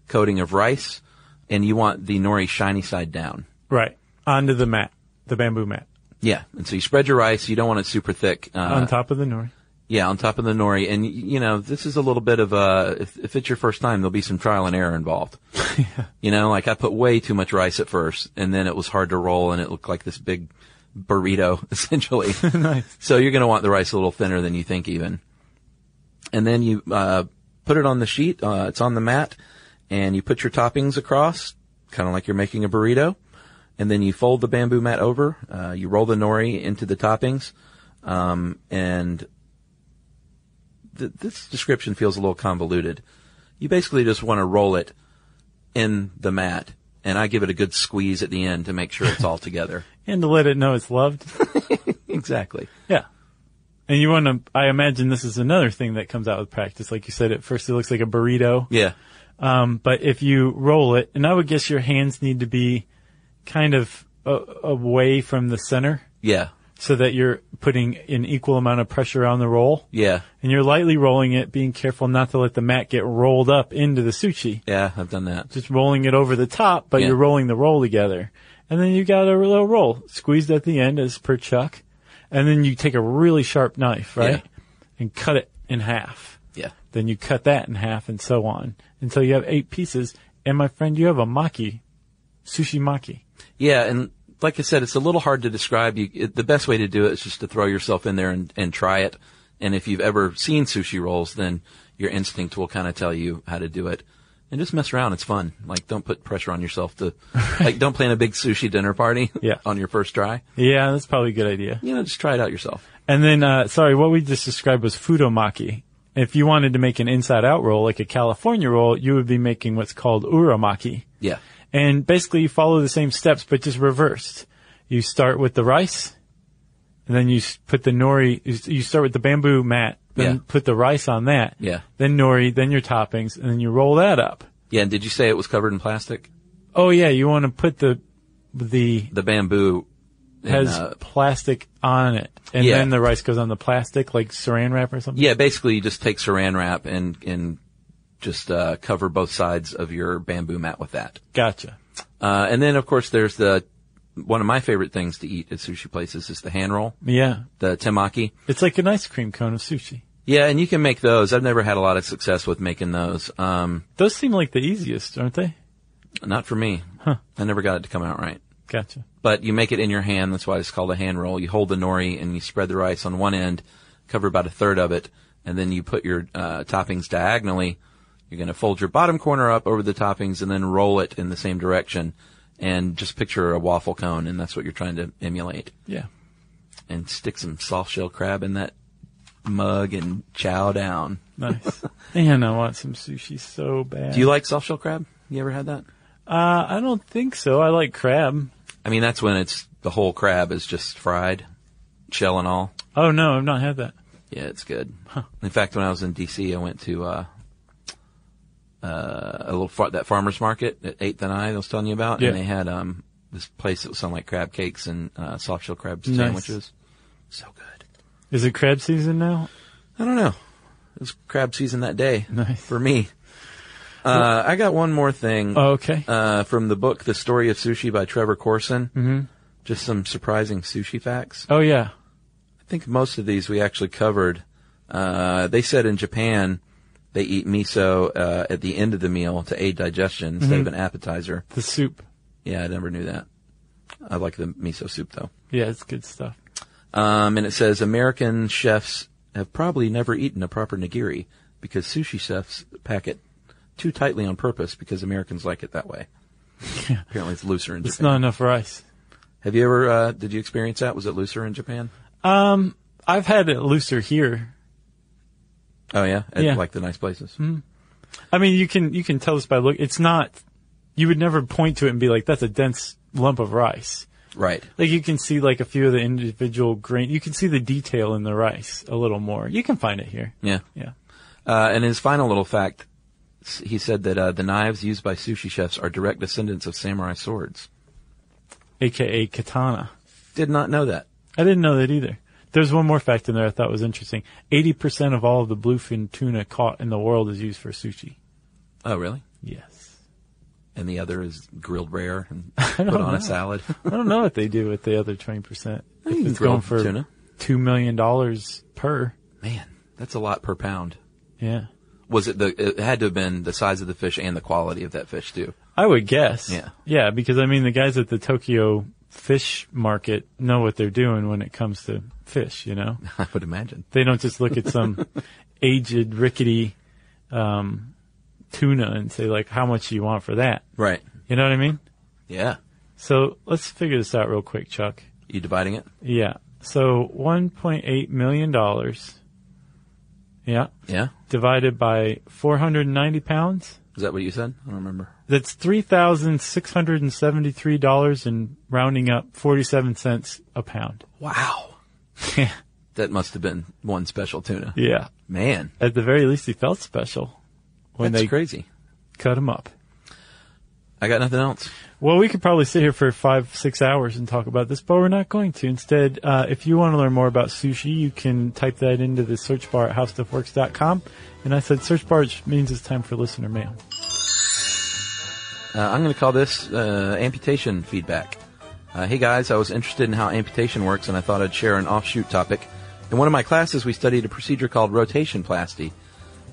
D: coating of rice and you want the nori shiny side down.
C: Right. Onto the mat, the bamboo mat,
D: Yeah. And so you spread your rice. You don't want it super thick. Uh,
C: on top of the nori.
D: Yeah, on top of the nori. And, y- you know, this is a little bit of a, if, if it's your first time, there'll be some trial and error involved. You know, like I put way too much rice at first and then it was hard to roll and it looked like this big burrito, essentially.
C: Nice.
D: So you're going to want the rice a little thinner than you think even. And then you, uh, put it on the sheet, uh, it's on the mat and you put your toppings across, kind of like you're making a burrito. And then you fold the bamboo mat over, uh, you roll the nori into the toppings, um, and th- this description feels a little convoluted. You basically just want to roll it in the mat, and I give it a good squeeze at the end to make sure it's all together.
C: And to let it know it's loved.
D: exactly.
C: Yeah. And you want to, I imagine this is another thing that comes out with practice. Like you said, at first it looks like a burrito.
D: Yeah.
C: Um, but if you roll it, and I would guess your hands need to be kind of uh, away from the center
D: Yeah.
C: so that you're putting an equal amount of pressure on the roll.
D: Yeah.
C: And you're lightly rolling it, being careful not to let the mat get rolled up into the sushi.
D: Yeah. I've done that.
C: just rolling it over the top, but
D: Yeah.
C: you're rolling the roll together. And then you got a little roll squeezed at the end as per chuck. And then you take a really sharp knife, right? And cut it in half.
D: Yeah.
C: Then you cut that in half and so on until you have eight pieces. And my friend, you have a maki, sushi maki.
D: Yeah. And like I said, it's a little hard to describe. You, it, the best way to do it is just to throw yourself in there and, and try it. And if you've ever seen sushi rolls, then your instinct will kind of tell you how to do it. And just mess around. It's fun. Like, don't put pressure on yourself to, like, don't plan a big sushi dinner party
C: Yeah.
D: on your first try.
C: Yeah, that's probably a good idea.
D: You know, just try it out yourself.
C: And then, uh, sorry, what we just described was fudomaki. If you wanted to make an inside out roll, like a California roll, you would be making what's called uramaki.
D: Yeah.
C: And basically you follow the same steps, but just reversed. You start with the rice, and then you s- put the nori, you s- you start with the bamboo mat, then
D: Yeah.
C: put the rice on that,
D: Yeah.
C: then nori, then your toppings, and then you roll that up.
D: Yeah, and did you say it was covered in plastic?
C: Oh yeah, you want to put the, the,
D: The bamboo in,
C: has
D: uh,
C: plastic on it, and
D: Yeah.
C: then the rice goes on the plastic, like saran wrap or something?
D: yeah, basically you just take saran wrap and and just uh, cover both sides of your bamboo mat with that.
C: Gotcha.
D: Uh, and then of course there's the one of my favorite things to eat at sushi places is the hand roll,
C: Yeah.
D: the temaki.
C: It's like an ice cream cone of sushi.
D: Yeah, and you can make those. I've never had a lot of success with making those. Um,
C: Those seem like the easiest, aren't they?
D: not for me.
C: Huh.
D: I never got it to come out right.
C: Gotcha.
D: but you make it in your hand. That's why it's called a hand roll. You hold the nori and you spread the rice on one end, cover about a third of it, and then you put your uh, toppings diagonally. You're going to fold your bottom corner up over the toppings and then roll it in the same direction. And just picture a waffle cone, and that's what you're trying to emulate.
C: Yeah.
D: And stick some soft shell crab in that mug and chow down.
C: Nice. Man, I want some sushi so bad.
D: Do you like soft shell crab? You ever had that?
C: Uh, I don't think so. I like crab.
D: I mean, that's when it's the whole crab is just fried, shell and all.
C: Oh no, I've not had that.
D: Yeah, it's good. In fact, when I was in D.C., I went to uh, uh, a little far- that farmers market at Eighth and I, I was telling you about,
C: Yeah.
D: and they had um, this place that was selling like crab cakes and uh, soft shell crab
C: Nice.
D: sandwiches. So good.
C: Is it crab season now?
D: I don't know. It was crab season that day
C: Nice.
D: for me. Uh, I got one more thing.
C: Oh, okay.
D: Uh, from the book "The Story of Sushi" by Trevor Corson.
C: Mhm.
D: Just some surprising sushi facts.
C: Oh yeah.
D: I think most of these we actually covered. Uh, they said in Japan they eat miso uh, at the end of the meal to aid digestion instead
C: Mhm.
D: of an appetizer.
C: The soup.
D: Yeah, I never knew that. I like the miso soup though.
C: Yeah, it's good stuff.
D: Um, and it says American chefs have probably never eaten a proper nigiri because sushi chefs pack it too tightly on purpose because Americans like it that way. Apparently, it's looser in
C: It's
D: Japan.
C: not enough rice.
D: Have you ever? Uh, did you experience that? Was it looser in Japan?
C: Um, I've had it looser here.
D: Oh yeah, at,
C: Yeah.
D: like the nice places.
C: Mhm. I mean, you can you can tell this by look. It's not. You would never point to it and be like, "That's a dense lump of rice."
D: Right.
C: Like you can see like a few of the individual grain. You can see the detail in the rice a little more. You can find it here.
D: Yeah.
C: Yeah.
D: Uh, and his final little fact, s- he said that uh, the knives used by sushi chefs are direct descendants of samurai swords.
C: AKA katana.
D: Did not know that.
C: I didn't know that either. There's one more fact in there I thought was interesting. 80% of all of the bluefin tuna caught in the world is used for sushi.
D: Oh, really?
C: Yes.
D: And the other is grilled rare and
C: I
D: put
C: don't
D: on
C: know.
D: a salad.
C: I don't know what they do with the other 20%.
D: I think
C: If it's going
D: grilled
C: for
D: tuna.
C: $2 million per.
D: Man, that's a lot per pound.
C: Yeah.
D: Was it the? It had to have been the size of the fish and the quality of that fish too.
C: I would guess.
D: Yeah.
C: Yeah, because I mean, the guys at the Tokyo fish market know what they're doing when it comes to fish, you know?
D: I would imagine.
C: They don't just look at some aged, rickety, um, tuna and say like, how much do you want for that?
D: Right.
C: You know what I mean?
D: Yeah.
C: So let's figure this out real quick, Chuck.
D: You dividing it?
C: Yeah. So $1.8 million. Yeah.
D: Yeah.
C: Divided by 490 pounds.
D: Is that what you said? I don't remember.
C: That's three thousand six hundred and seventy-three dollars and rounding up forty-seven cents a pound.
D: Wow.
C: Yeah.
D: That must have been one special tuna.
C: yeah.
D: Man,
C: At the very least, he felt special when
D: that's
C: they
D: crazy.
C: cut him up.
D: I got nothing else.
C: Well, we could probably sit here for five, six hours and talk about this, but we're not going to. Instead, uh, if you want to learn more about sushi, you can type that into the search bar at howstuffworks.com. And I said search bar, which means it's time for listener mail.
D: Uh, I'm going to call this uh, amputation feedback. Uh, hey guys, I was interested in how amputation works and I thought I'd share an offshoot topic. In one of my classes, we studied a procedure called rotation plasty,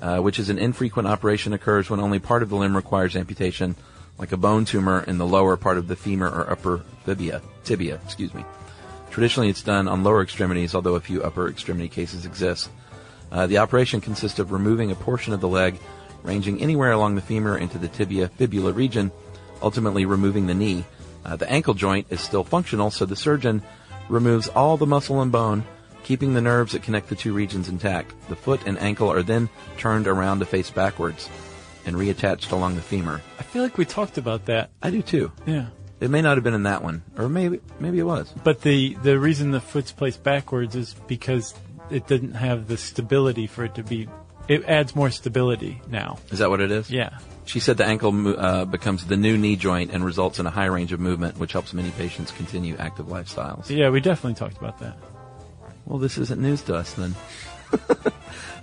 D: uh, which is an infrequent operation occurs when only part of the limb requires amputation, like a bone tumor in the lower part of the femur or upper tibia. Tibia, excuse me. Traditionally, it's done on lower extremities, although a few upper extremity cases exist. Uh, the operation consists of removing a portion of the leg, ranging anywhere along the femur into the tibia fibula region, ultimately removing the knee. Uh, the ankle joint is still functional, so the surgeon removes all the muscle and bone, keeping the nerves that connect the two regions intact. The foot and ankle are then turned around to face backwards and reattached along the femur.
C: I feel like we talked about that.
D: I do too.
C: Yeah.
D: It may not have been in that one, or maybe maybe it was.
C: But the, the reason the foot's placed backwards is because it didn't have the stability for it to be. It adds more stability now.
D: Is that what it is?
C: Yeah.
D: She said the ankle mo- uh, becomes the new knee joint and results in a high range of movement, which helps many patients continue active lifestyles.
C: Yeah, we definitely talked about that.
D: Well, this isn't news to us then.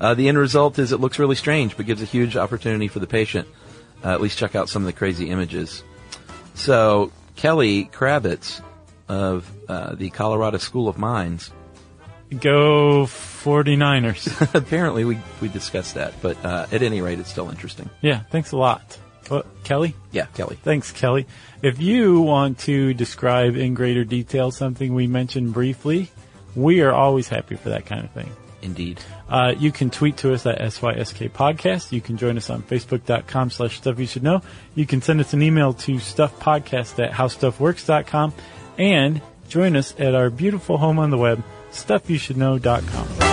D: uh, the end result is it looks really strange, but gives a huge opportunity for the patient. Uh, at least check out some of the crazy images. So Kelly Kravitz of uh, the Colorado School of Mines.
C: Go 49ers.
D: Apparently, we we discussed that, but uh, at any rate, it's still interesting.
C: yeah, thanks a lot. What, Kelly?
D: Yeah, Kelly.
C: Thanks, Kelly. If you want to describe in greater detail something we mentioned briefly, we are always happy for that kind of thing.
D: Indeed.
C: Uh, you can tweet to us at SYSK Podcast. You can join us on Facebook.com slash Stuff You Should Know. You can send us an email to StuffPodcast at HowStuffWorks.com and join us at our beautiful home on the web, StuffYouShouldKnow.com.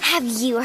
F: Have you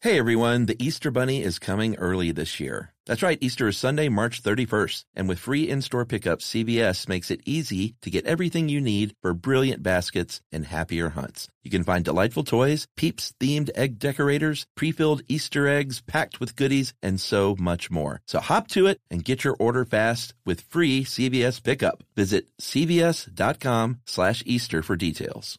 D: Hey everyone, the Easter Bunny is coming early this year. That's right, Easter is Sunday, March 31st, and with free in-store pickup, CVS makes it easy to get everything you need for brilliant baskets and happier hunts. You can find delightful toys, Peeps themed egg decorators, pre-filled Easter eggs packed with goodies, and so much more. So hop to it and get your order fast with free CVS pickup. Visit cvs.com slash Easter for details.